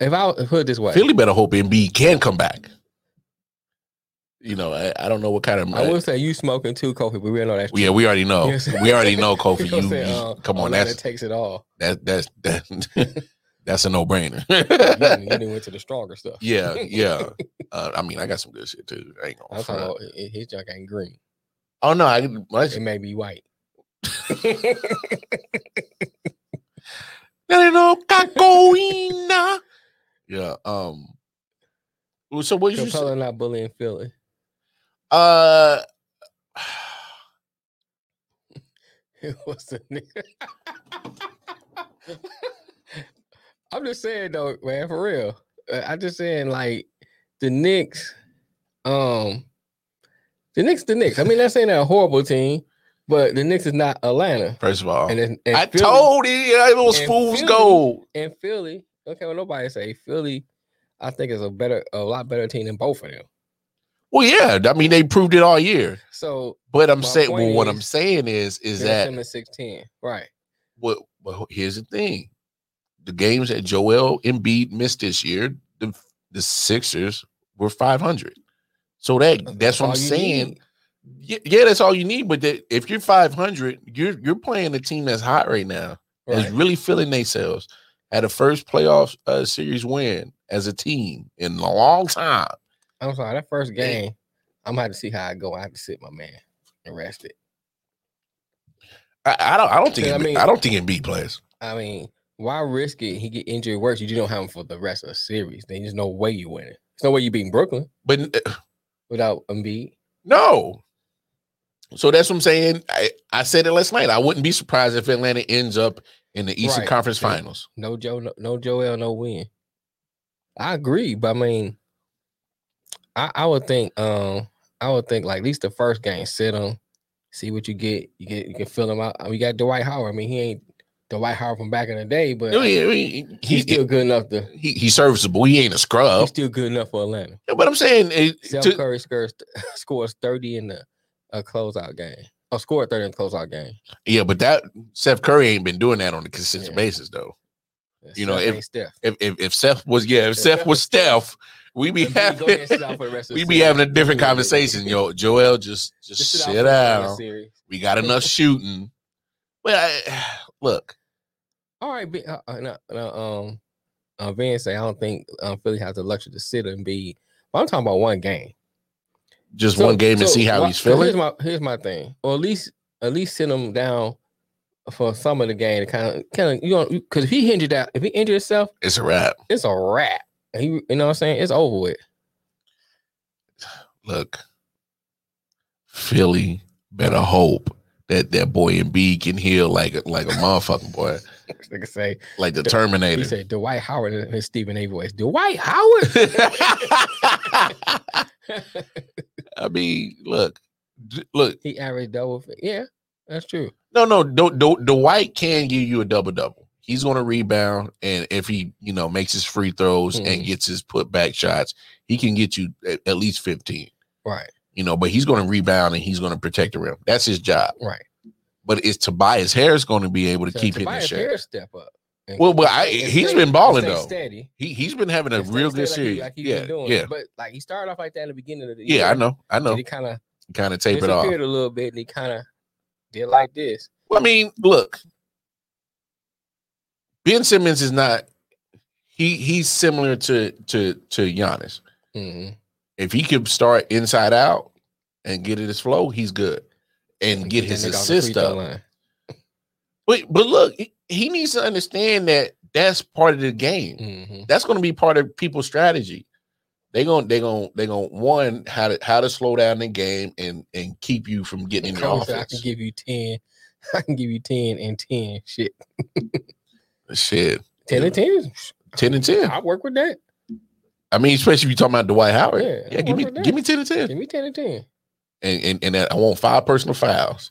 B: If I was- put it this way,
A: Philly better hope Embiid can come back. You know, I, I don't know what kind of uh,
B: I would say you smoking too, Kofi, but we all know that's
A: Oh, yeah, we already know.
B: Yes.
A: We already know, Kofi. You,
B: gonna say,
A: you-
B: uh,
A: come on,
B: Atlanta
A: that's
B: takes it all.
A: that, that's that, that's a no brainer.
B: you done you done went to the stronger stuff.
A: Yeah, yeah. Uh, I mean, I got some good shit too. I ain't gonna
B: I'm talking
A: front.
B: about i- i- his junk ain't green.
A: Oh no, I my,
B: It may be white.
A: no, no, cocaina. Yeah. Um. well, So what did you say?
B: Capella not bullying Philly.
A: Uh.
B: It was the nigga. I'm just saying though, man, for real. Uh, I'm just saying like the Knicks, um, the Knicks, the Knicks. I mean, not saying they're a horrible team, but the Knicks is not Atlanta.
A: First of all,
B: And, then and
A: Oh, I
B: Philly-
A: told you it was
B: and
A: fool's
B: Philly-
A: gold.
B: and Philly. Okay, well, nobody say Philly. I think is a better, a lot better team than both of them.
A: Well, yeah. I mean, they proved it all year.
B: So
A: But I'm
B: My
A: saying, well,
B: point
A: what
B: is-
A: I'm saying is, is that
B: them at six ten, right?
A: what? Well, here's the thing: the games that Joel Embiid missed this year, the the Sixers were 500. So that that's what I'm
B: all you
A: saying.
B: need.
A: yeah, yeah, that's all you need. But that, if you're 500, you're you're playing a team that's hot right now, that's
B: Right.
A: really feeling themselves. Had a first playoff uh, series win as a team in a long time.
B: I'm sorry, that first
A: Yeah.
B: game, I'm gonna have to see how I go. I have to sit my man and rest it.
A: I, I don't. I don't think.
B: Yeah, I
A: I,
B: mean-
A: I don't think Embiid plays.
B: I mean, why risk it? He get injured worse. You don't have him for the rest of the series. Then there's no way you win it. There's no way you beating Brooklyn
A: But uh,
B: without Embiid.
A: no. So that's what I'm saying. I, I said it last night. I wouldn't be surprised if Atlanta ends up in the Eastern
B: Right.
A: Conference
B: Yeah.
A: Finals.
B: No Joe, no, no Joel, no win. I agree, but I mean, I, I would think, um, I would think like at least the first game, sit him, see what you get. You get, you can fill him out. I mean, you got Dwight Howard. I mean, he ain't Dwight Howard from back in the day, but
A: I mean, I mean,
B: he's
A: he,
B: still good enough to.
A: he he's serviceable. He ain't a scrub.
B: He's still good enough for Atlanta.
A: Yeah, but I'm saying it,
B: Steph
A: to-
B: Curry scores, scores 30 in the a closeout game. Oh, scored 30 in the closeout game.
A: Yeah, but that Seth Curry ain't been doing that on a consistent
B: Yeah.
A: basis though.
B: Yeah,
A: You know,
B: Steph
A: if-
B: ain't Steph.
A: If if, if Seth was yeah, if Seth was Steph, we be
B: Embiid, go ahead and sit out
A: having
B: for the rest of the
A: we be
B: series.
A: having a different
B: Yeah, yeah, yeah.
A: conversation. Yo, Joel, just just,
B: Just
A: sit,
B: for the rest of the
A: down.
B: series.
A: We got enough shooting. Well, I, look,
B: All right, B, uh, uh, no, no, um, uh, Van say I don't think uh, Philly has the luxury to sit and be. But I'm talking about one game,
A: just
B: So-
A: one game to
B: so
A: see how
B: why-
A: he's
B: so Here's
A: feeling.
B: my here's my thing, or at least at least send him down for some of the game to kind of kind of you know because if he injured out if he injured himself,
A: It's a wrap.
B: it's a wrap. And he, you know what I'm saying? It's over with.
A: Look, Philly better hope that that boy Embiid can heal like a- like a motherfucking boy,
B: Like I say,
A: like the
B: He he
A: Terminator.
B: said Dwight Howard in his Stephen A. voice. Dwight Howard.
A: I mean, look, d- look.
B: he averaged double. fi- Yeah, that's true.
A: No, no, Do, Do, Dwight can give you a double double. He's going to rebound, and if he, you know, makes his free throws and
B: Mhm.
A: gets his put back shots, he can get you at, at least fifteen.
B: Right,
A: You know, but he's going to rebound and he's going to protect the rim. That's his job.
B: right.
A: But is Tobias Harris going to be able to
B: So
A: keep hitting
B: Tobias
A: the shot?
B: Harris step up. and-
A: Well, but I-
B: and
A: he's
B: stay-
A: been
B: and
A: balling,
B: stay
A: though.
B: Steady.
A: He he's been having a
B: and stay-
A: real
B: stay
A: good
B: like he-
A: series.
B: like he's
A: yeah,
B: been doing.
A: yeah,
B: But like he started off like that in the beginning of the
A: yeah. I know, I know.
B: He kind of
A: Kind of tape it off.
B: disappeared a little bit, and he kind of did like this.
A: Well, I mean, look, Ben Simmons is not. He he's similar to to to Giannis.
B: hmm
A: Mm-hmm. If he could start inside out and get it his flow, he's good, and get his assist up. But but look, he- he needs to understand that that's part of the game.
B: hmm
A: That's going to be part of people's strategy. They going they going they going one how to how to slow down the game and and keep you from getting in the
B: Coach, said, I can
A: offense.
B: give you ten. I can give you ten and ten. Shit,
A: Shit,
B: ten and ten.
A: ten and ten.
B: I work with that.
A: I mean, especially if you're talking about Dwight Howard.
B: Yeah,
A: Yeah,
B: I
A: give me
B: remember that.
A: give me ten to ten,
B: Give me ten and ten.
A: and and, and that I want five personal fouls.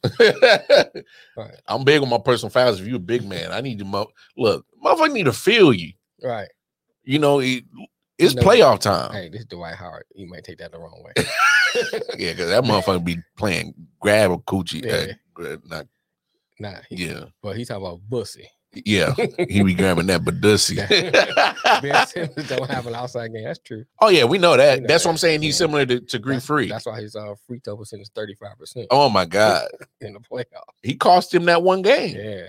A: I'm big on my personal fouls. If you're a big man, I need to mo- look. Motherfucker need to feel you.
B: Right.
A: You know, it, it's
B: No.
A: playoff time.
B: Hey, this is Dwight Howard. You might take that the wrong way.
A: Yeah, because that motherfucker be playing grab a coochie. uh,
B: Yeah.
A: gra- not-
B: Nah. He,
A: yeah,
B: But he talking about bussy.
A: yeah. He be grabbing that Oh,
B: Ben
A: badussy.
B: Simmons don't have an outside game. That's true.
A: oh yeah, we know that.
B: We know
A: That's what
B: that.
A: I'm saying. He's
B: Yeah.
A: similar to, to Greek
B: That's-
A: Freak.
B: That's why his uh, free throw percentage is thirty five percent
A: Oh my god,
B: in the playoffs.
A: he cost him that one game
B: Yeah.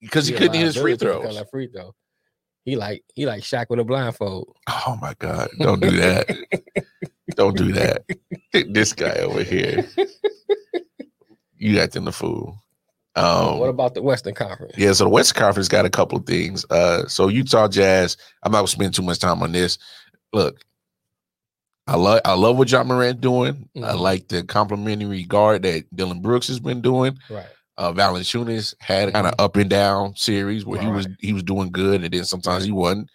A: because he
B: a
A: couldn't hit his free
B: liability because
A: throws.
B: of free throw. He like he like Shaq with a blindfold.
A: Oh my God. Don't do that. don't do that. This guy over here. You acting the fool. Um
B: what about the Western Conference?
A: yeah, so the West Conference got a couple of things. Uh so Utah Jazz, I'm not gonna spend too much time on this. Look, I love I love what John Morant doing. I
B: Mhm.
A: like the complimentary guard that Dylan Brooks has been doing.
B: Right.
A: Uh Valanciunas had kind of up and down series where he was
B: Right.
A: he was doing good and then sometimes he wasn't.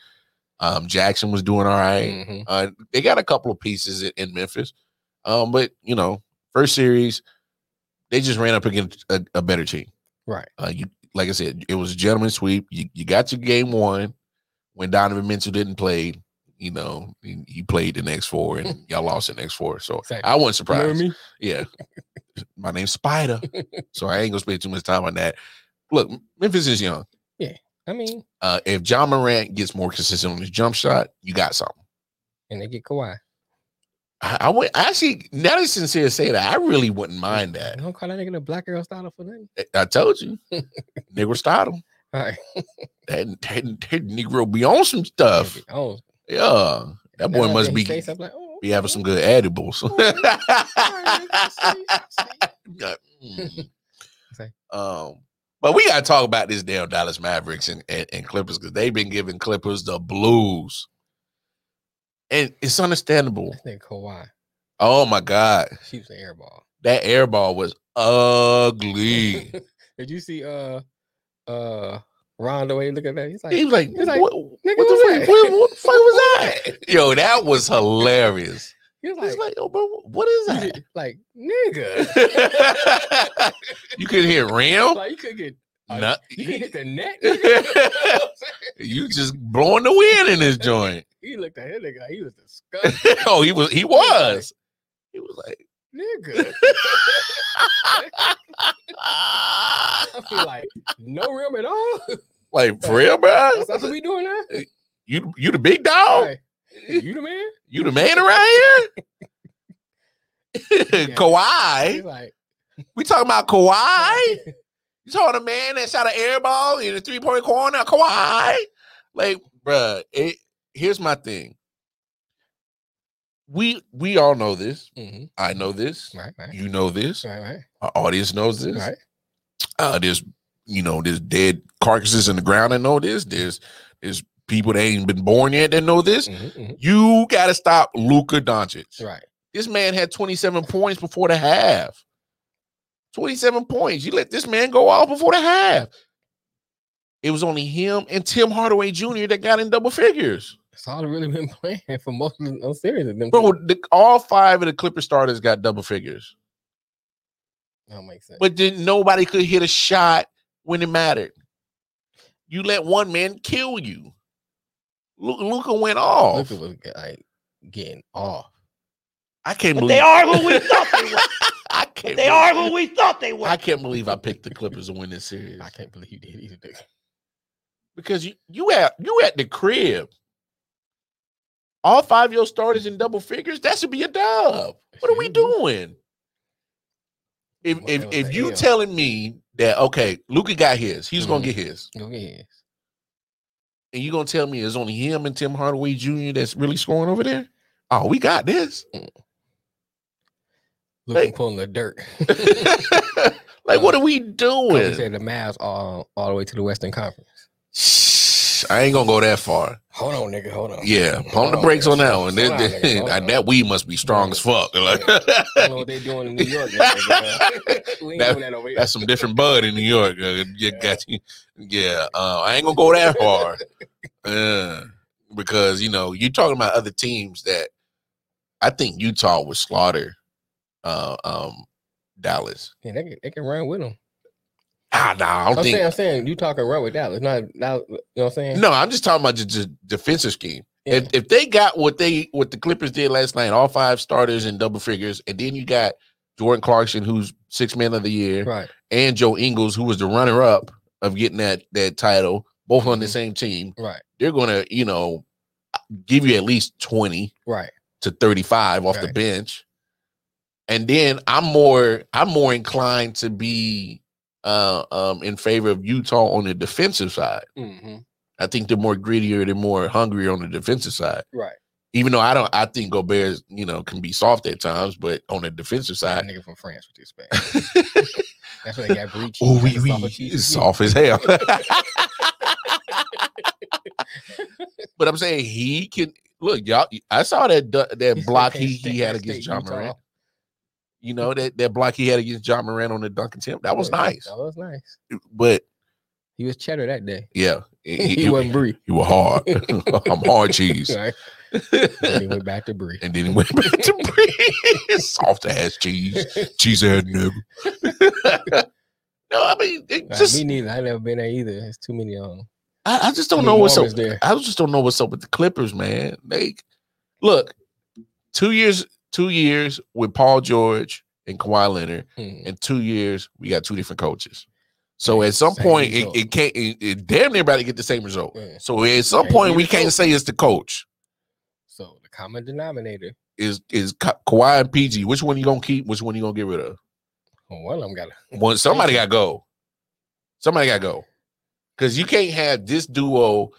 A: Um Jackson was doing all right.
B: Mhm.
A: Uh, they got a couple of pieces in, in Memphis, um, but you know, first series, they just ran up against a, a better team.
B: Right.
A: Uh, you like I said, it was a gentleman sweep. You you got your game one when Donovan Mitchell didn't play. You know, he, he played the next four, and y'all lost the next four. So
B: Exactly.
A: I wasn't
B: You know what I
A: surprised.
B: mean?
A: Yeah, my name's Spider, so I ain't gonna spend too much time on that. Look, Memphis is young.
B: I mean,
A: Uh, if John Morant gets more consistent on his jump shot, you got something.
B: and they get Kawhi.
A: I, I would actually now that sincere say that I really wouldn't mind that.
B: Don't call that nigga the black girl style for nothing.
A: I- I told you, Negro style.
B: All right.
A: That, that, that Negro be on some stuff.
B: Oh,
A: Yeah, that boy
B: now
A: must
B: he
A: be
B: say something like, oh,
A: be having some
B: okay.
A: good edibles.
B: All right, I see, I see.
A: Yeah, mm.
B: Okay.
A: um, but we gotta talk about this damn Dallas Mavericks and, and, and Clippers because they've been giving Clippers the blues, and it's understandable.
B: This nigga Kawhi
A: Oh my god,
B: shoots the air ball.
A: that air ball was ugly.
B: Did you see uh uh Rondo? He look at that. He's like,
A: He was like,
B: It's like,
A: what, what
B: nigga, what's
A: the fuck?
B: that?
A: What, what the fuck was that? Yo, that was hilarious.
B: he was
A: It's
B: like,
A: like, yo, bro, what is
B: you
A: that?
B: did- like, nigga.
A: you could hit rim.
B: like you could get like,
A: Nah,
B: you could hit the net. nigga.
A: you just blowing the wind in this joint.
B: he looked at him nigga, like he was disgusted.
A: oh, he was, he was, he was like,
B: nigga. I feel like no rim at all.
A: like for real, bro.
B: That's that's what we doing now.
A: You, you the big dog.
B: Like, you the man?
A: "Oh, You the man around here.
B: He's
A: Kawhi,
B: like,
A: we talking about Kawhi. You saw the man that shot an air ball in the three point corner, Kawhi. Like, bruh, it, here's my thing. We we all know this.
B: Mhm.
A: I know this.
B: right, right,
A: You know this.
B: right, right,
A: Our audience knows this.
B: right.
A: Uh, there's you know, there's dead carcasses in the ground and know this. There's there's people that ain't been born yet that know this.
B: Mhm, mhm.
A: You gotta stop Luka Doncic.
B: Right.
A: This man had 27 points before the half. 27 points. You let this man go off before the half. It was only him and Tim Hardaway Jr. that got in double figures.
B: That's all they really been playing for most of them. I'm serious. Them
A: Bro, the, all five of the Clipper starters got double figures.
B: don't make sense.
A: But then nobody could hit a shot when it mattered. You let one man kill you. Luca went off.
B: Luka was get- like getting off.
A: I can't
C: But
A: believe
C: they are who we thought they were.
A: I can't.
C: They are who we thought they were.
A: I can't believe I picked the Clippers to win this series
B: I can't believe you did either. Dick.
A: because you you at you at the crib. All five of your starters in double figures. That should be a dub. What are we
B: Mhm.
A: doing? If
B: Well,
A: if
B: that was
A: if
B: a
A: you
B: L.
A: telling me that okay, Luca got his, he's gonna
B: Mm-hmm.
A: get his.
B: Go ahead.
A: and you gonna tell me it's only him and Tim Hardaway Jr. that's really scoring over there? Oh, we got this.
B: Luka
A: Hey.
B: pulling the dirt.
A: like, what are we
B: We
A: doing?
B: said the Mavs all all the way to the Western Conference.
A: Shh, I ain't gonna go that far.
B: Hold on, nigga. Hold on.
A: Yeah, pump the
B: Oh,
A: brakes on that one.
B: slow down,
A: That-
B: nigga.
A: that- that weed must be strong as fuck. Like,
B: I don't know what they doing in New York. nigga. uh, we ain't
A: That-
B: doing that over here.
A: that's some different bud in New York. Uh, you got you. Yeah, uh, I ain't gonna go that far. Uh, because you know you're talking about other teams that I think Utah would slaughter uh, um, Dallas.
B: Yeah, they, can, they can run with them.
A: Ah, nah, I don't
B: I'm
A: think.
B: saying, I'm saying, you talking run with Dallas, not, not you know what I'm saying?
A: no, I'm just talking about the, the defensive scheme.
B: Yeah.
A: If if they got what they what the Clippers did last night, all five starters in double figures, and then you got Jordan Clarkson, who's six man of the year,
B: right.
A: and Joe Ingles, who was the runner up of getting that that title, both on the
B: Mhm.
A: same team,
B: Right.
A: they're gonna you know give you at least twenty
B: Right.
A: to thirty five off the
B: Right.
A: bench, and then I'm more I'm more inclined to be uh, um, in favor of Utah on the defensive side.
B: Mm-hmm.
A: I think they're more grittier, they're more hungrier on the defensive side.
B: Right.
A: Even though I don't, I think Gobert, you know, can be soft at times, but on the defensive
B: That
A: side,
B: nigga from France with this bag. That's why they got breached.
A: oh, we, we, he's soft as hell. but I'm saying he can look, y'all. I saw that du- that block he, he had against John Moran. You know that that block he had against John Moran on the dunk attempt. That was nice,
B: That was nice.
A: but
B: He was cheddar that day.
A: yeah,
B: He,
A: he, he,
B: wasn't Brie.
A: he was hard. I'm hard cheese.
B: Right. Then he went back to Brie.
A: and then it went back to bread. Soft ass cheese, cheese head nigga. no, I mean, it
B: Like,
A: just
B: me neither. I never been there either. It's too many um.
A: I, I just don't
B: Jimmy
A: know what's up.
B: Warner's there.
A: I just don't know what's up with the Clippers, man. They look two years, two years with Paul George and Kawhi Leonard,
B: hmm.
A: and two years we got two different coaches. So at some
B: Same
A: point, it,
B: result.
A: it can't. It, it damn near about to get the same result.
B: Yeah.
A: So at some
B: Same
A: point, we can't
B: result.
A: say it's the coach.
B: So the common denominator.
A: Is is Ka- Kawhi and PG? Which one you gonna keep? Which one you gonna get rid of?
B: Well, one of them got to.
A: One somebody
B: you.
A: got to go. Somebody got to go because you can't have this duo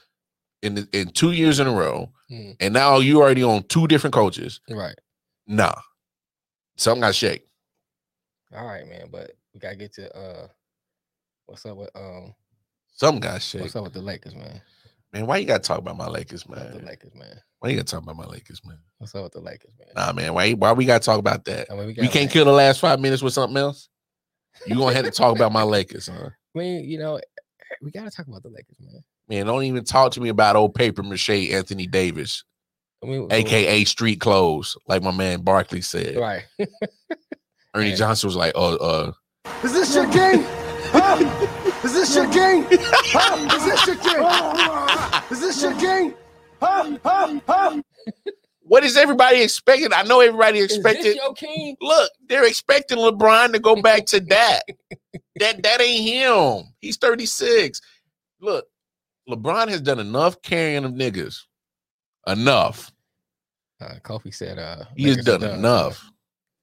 A: in the, in two years in a row,
B: Mm.
A: and now you already on two different coaches.
B: Right.
A: Nah, something got shake.
B: All right, man. But we gotta get to uh. What's up with um?
A: Something got shake.
B: What's up with the Lakers, man?
A: Man, why you got to talk about my Lakers,
B: What's up with the
A: man?
B: Lakers, man?
A: Why you got to talk about my Lakers, man?
B: What's up with the Lakers, man?
A: Nah, man. Why why we got to talk about that?
B: I mean,
A: We
B: got,
A: can't
B: like-
A: kill the last five minutes with something else. You gonna have to talk about my Lakers, huh?
B: I mean, you know, we gotta talk about the Lakers, man.
A: Man, don't even talk to me about old paper mache Anthony Davis,
B: I mean, we-
A: aka street clothes, like my man Barkley said.
B: right?
A: Ernie
B: Yeah.
A: Johnson was like, "Oh, uh,
D: Is this your game? Huh? Is this your game? Huh? Is this your game? Is this your game? Huh? Huh? Huh?
A: what is everybody expecting? I know everybody expected.
B: your king?
A: Look, they're expecting LeBron to go back to that. that that ain't him. He's thirty six. Look, LeBron has done enough carrying of niggas. Enough.
B: Uh, Kofi said, "Uh,
A: He has
B: Lakers are
A: done enough.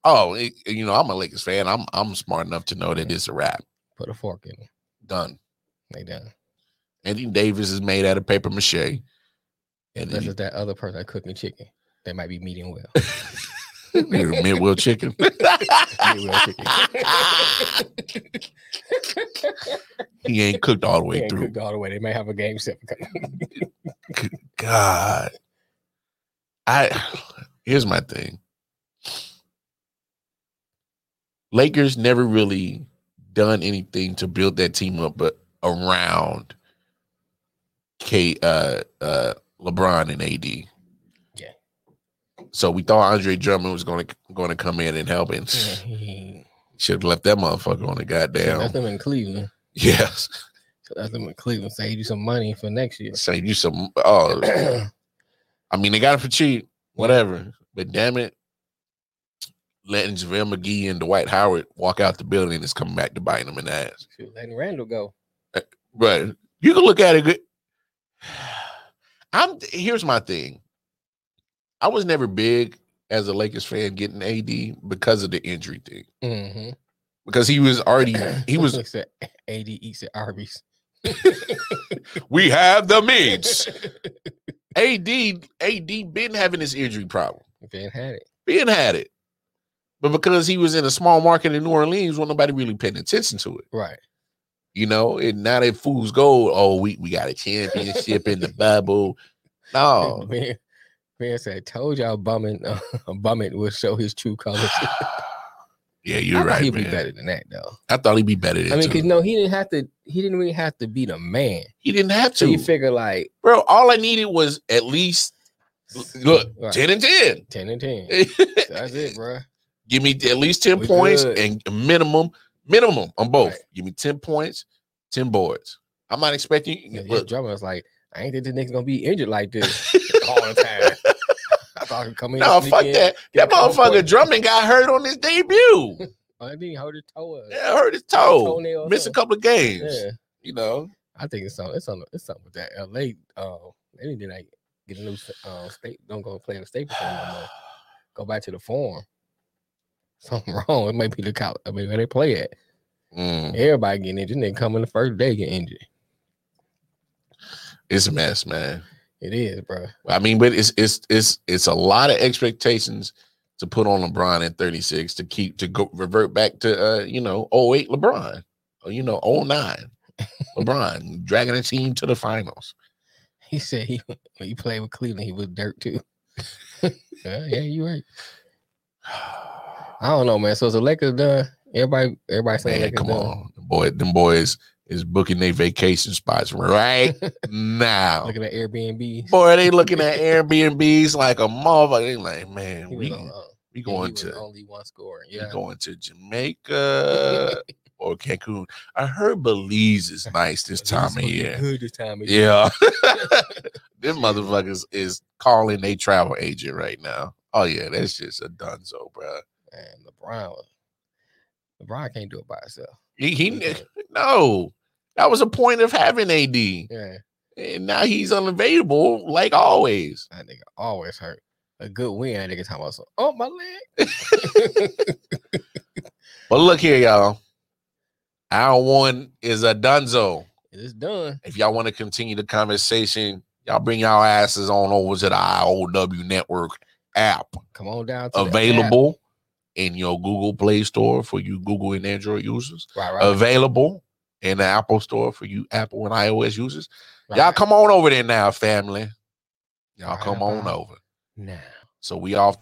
A: Oh, it- you know, I'm a Lakers fan. I'm I'm smart enough to know that it's a wrap.
B: Put a fork in them.
A: Done.
B: They done.
A: Anthony Davis is made out of paper mache. And
B: Unless
A: then
B: it's that other person that cooking chicken, they might be meeting well.
A: Midwell chicken.
B: Meat well chicken.
A: He ain't cooked all the
B: They
A: way
B: ain't
A: through.
B: cooked all the way. They may have a game seven coming.
A: God. I here's my thing. Lakers never really done anything to build that team up but around K uh uh LeBron and AD.
B: Yeah.
A: So we thought Andre Drummond was gonna gonna come in and help and
B: Yeah, he-
A: should have left that motherfucker on the
B: Mm-hmm. Left
A: goddamn
B: them in Cleveland.
A: Yes.
B: Left them in Cleveland. Save you some money for next year.
A: Save you some oh I mean, they got it for cheap, whatever. But damn it, letting JaVale McGee and Dwight Howard walk out the building is coming back to bite them in the ass.
B: Shoot, letting Randall go.
A: But you can look at it good. I'm here's my thing. I was never big as a Lakers fan getting AD because of the injury thing.
B: Mm-hmm.
A: Because he was already he was
B: AD eats at Arby's.
A: we have the means. AD AD been having this injury problem.
B: Ben had it.
A: Ben had it. But because he was in a small market in New Orleans, well, nobody really paying attention to it.
B: Right.
A: You know, and now that fools go, oh, we, we got a championship in the bubble. No.
B: Ben, ben said, "Told y'all, bumming, uh, bumming will show his true colors."
A: yeah, you're
B: I thought
A: right,
B: He'd
A: man.
B: be better than that, though.
A: I thought he'd be better than
B: I mean,
A: two.
B: because no, he didn't have to. He didn't really have to be the man.
A: he didn't have
B: So
A: to.
B: you figure like
A: Bro, all I needed was at least look,
B: right,
A: 10 and 10.
B: ten and ten. That's it, bro.
A: Give me at least 10
B: We
A: points
B: good.
A: and minimum, minimum on both.
B: Right.
A: Give me 10 points, 10 boards. I'm not expecting
B: His
A: look,
B: drummer was like, "I ain't think this nigga's gonna be injured like this all the time." I thought he'd come in.
A: No,
B: sneak
A: fuck
B: in.
A: that. That
B: get a couple
A: motherfucker
B: points.
A: Drummond got hurt on his debut.
B: I think he Oh, hurt his toe. up.
A: Yeah, Oh, hurt his toe.
B: Toenail or
A: Missed a
B: something.
A: couple of games.
B: Yeah,
A: You know.
B: I think it's something. It's something. It's something with that. LA. Um, they did like get a new um state. Don't go play in the state no more. Go back to the form. Something wrong. It might be the college. I mean, where they play at.
A: Mm,
B: Everybody getting injured. They come in the first day get injured.
A: it's a mess, man.
B: It is, bro.
A: I mean, but it's it's it's it's a lot of expectations to put on LeBron at 36 to keep to go revert back to uh, you know, 08 LeBron or you know, 09 LeBron dragging a team to the finals.
B: He said he when he played with Cleveland, he was dirt too. yeah, yeah, you right. I don't know, man. So is the Lakers done? Everybody, everybody saying
A: Man,
B: Lakers
A: come
B: done.
A: on. Boy, them boys is booking their vacation spots right now.
B: Looking at Airbnb.
A: Boy, they looking at Airbnbs like a motherfucker. They like, man,
B: He
A: we,
B: was on, uh,
A: we
B: he
A: going
B: was
A: to
B: only one scorer.
A: we uh,
B: Yeah,
A: going to Jamaica or Cancun. I heard Belize is nice this
B: This
A: time
B: is
A: of
B: looking
A: year.
B: Good this time of year.
A: Yeah, them motherfuckers is calling a travel agent right now. Oh yeah, that's just a dunzo, bro.
B: Man, LeBron. was- LeBron can't do it by himself.
A: He, he
B: Yeah.
A: no, that was a point of having AD,
B: Yeah,
A: and now he's unavailable like always.
B: that nigga always hurt. A good win, that nigga talking about. some, Oh my leg.
A: But look here, y'all. Our one is a dunzo.
B: it's done.
A: If y'all want to continue the conversation, y'all bring y'all asses on over to the IOW Network app
B: Come on down. To the app.
A: available in your Google Play Store for you Google and Android users,
B: Right, right,
A: available in the Apple Store for you Apple and iOS users.
B: right.
A: Y'all come on over there now, family. Y'all all
B: Right
A: come on
B: about
A: over.
B: now.
A: So we off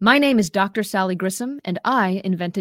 E: My name is Dr. Sally Grissom, and I invented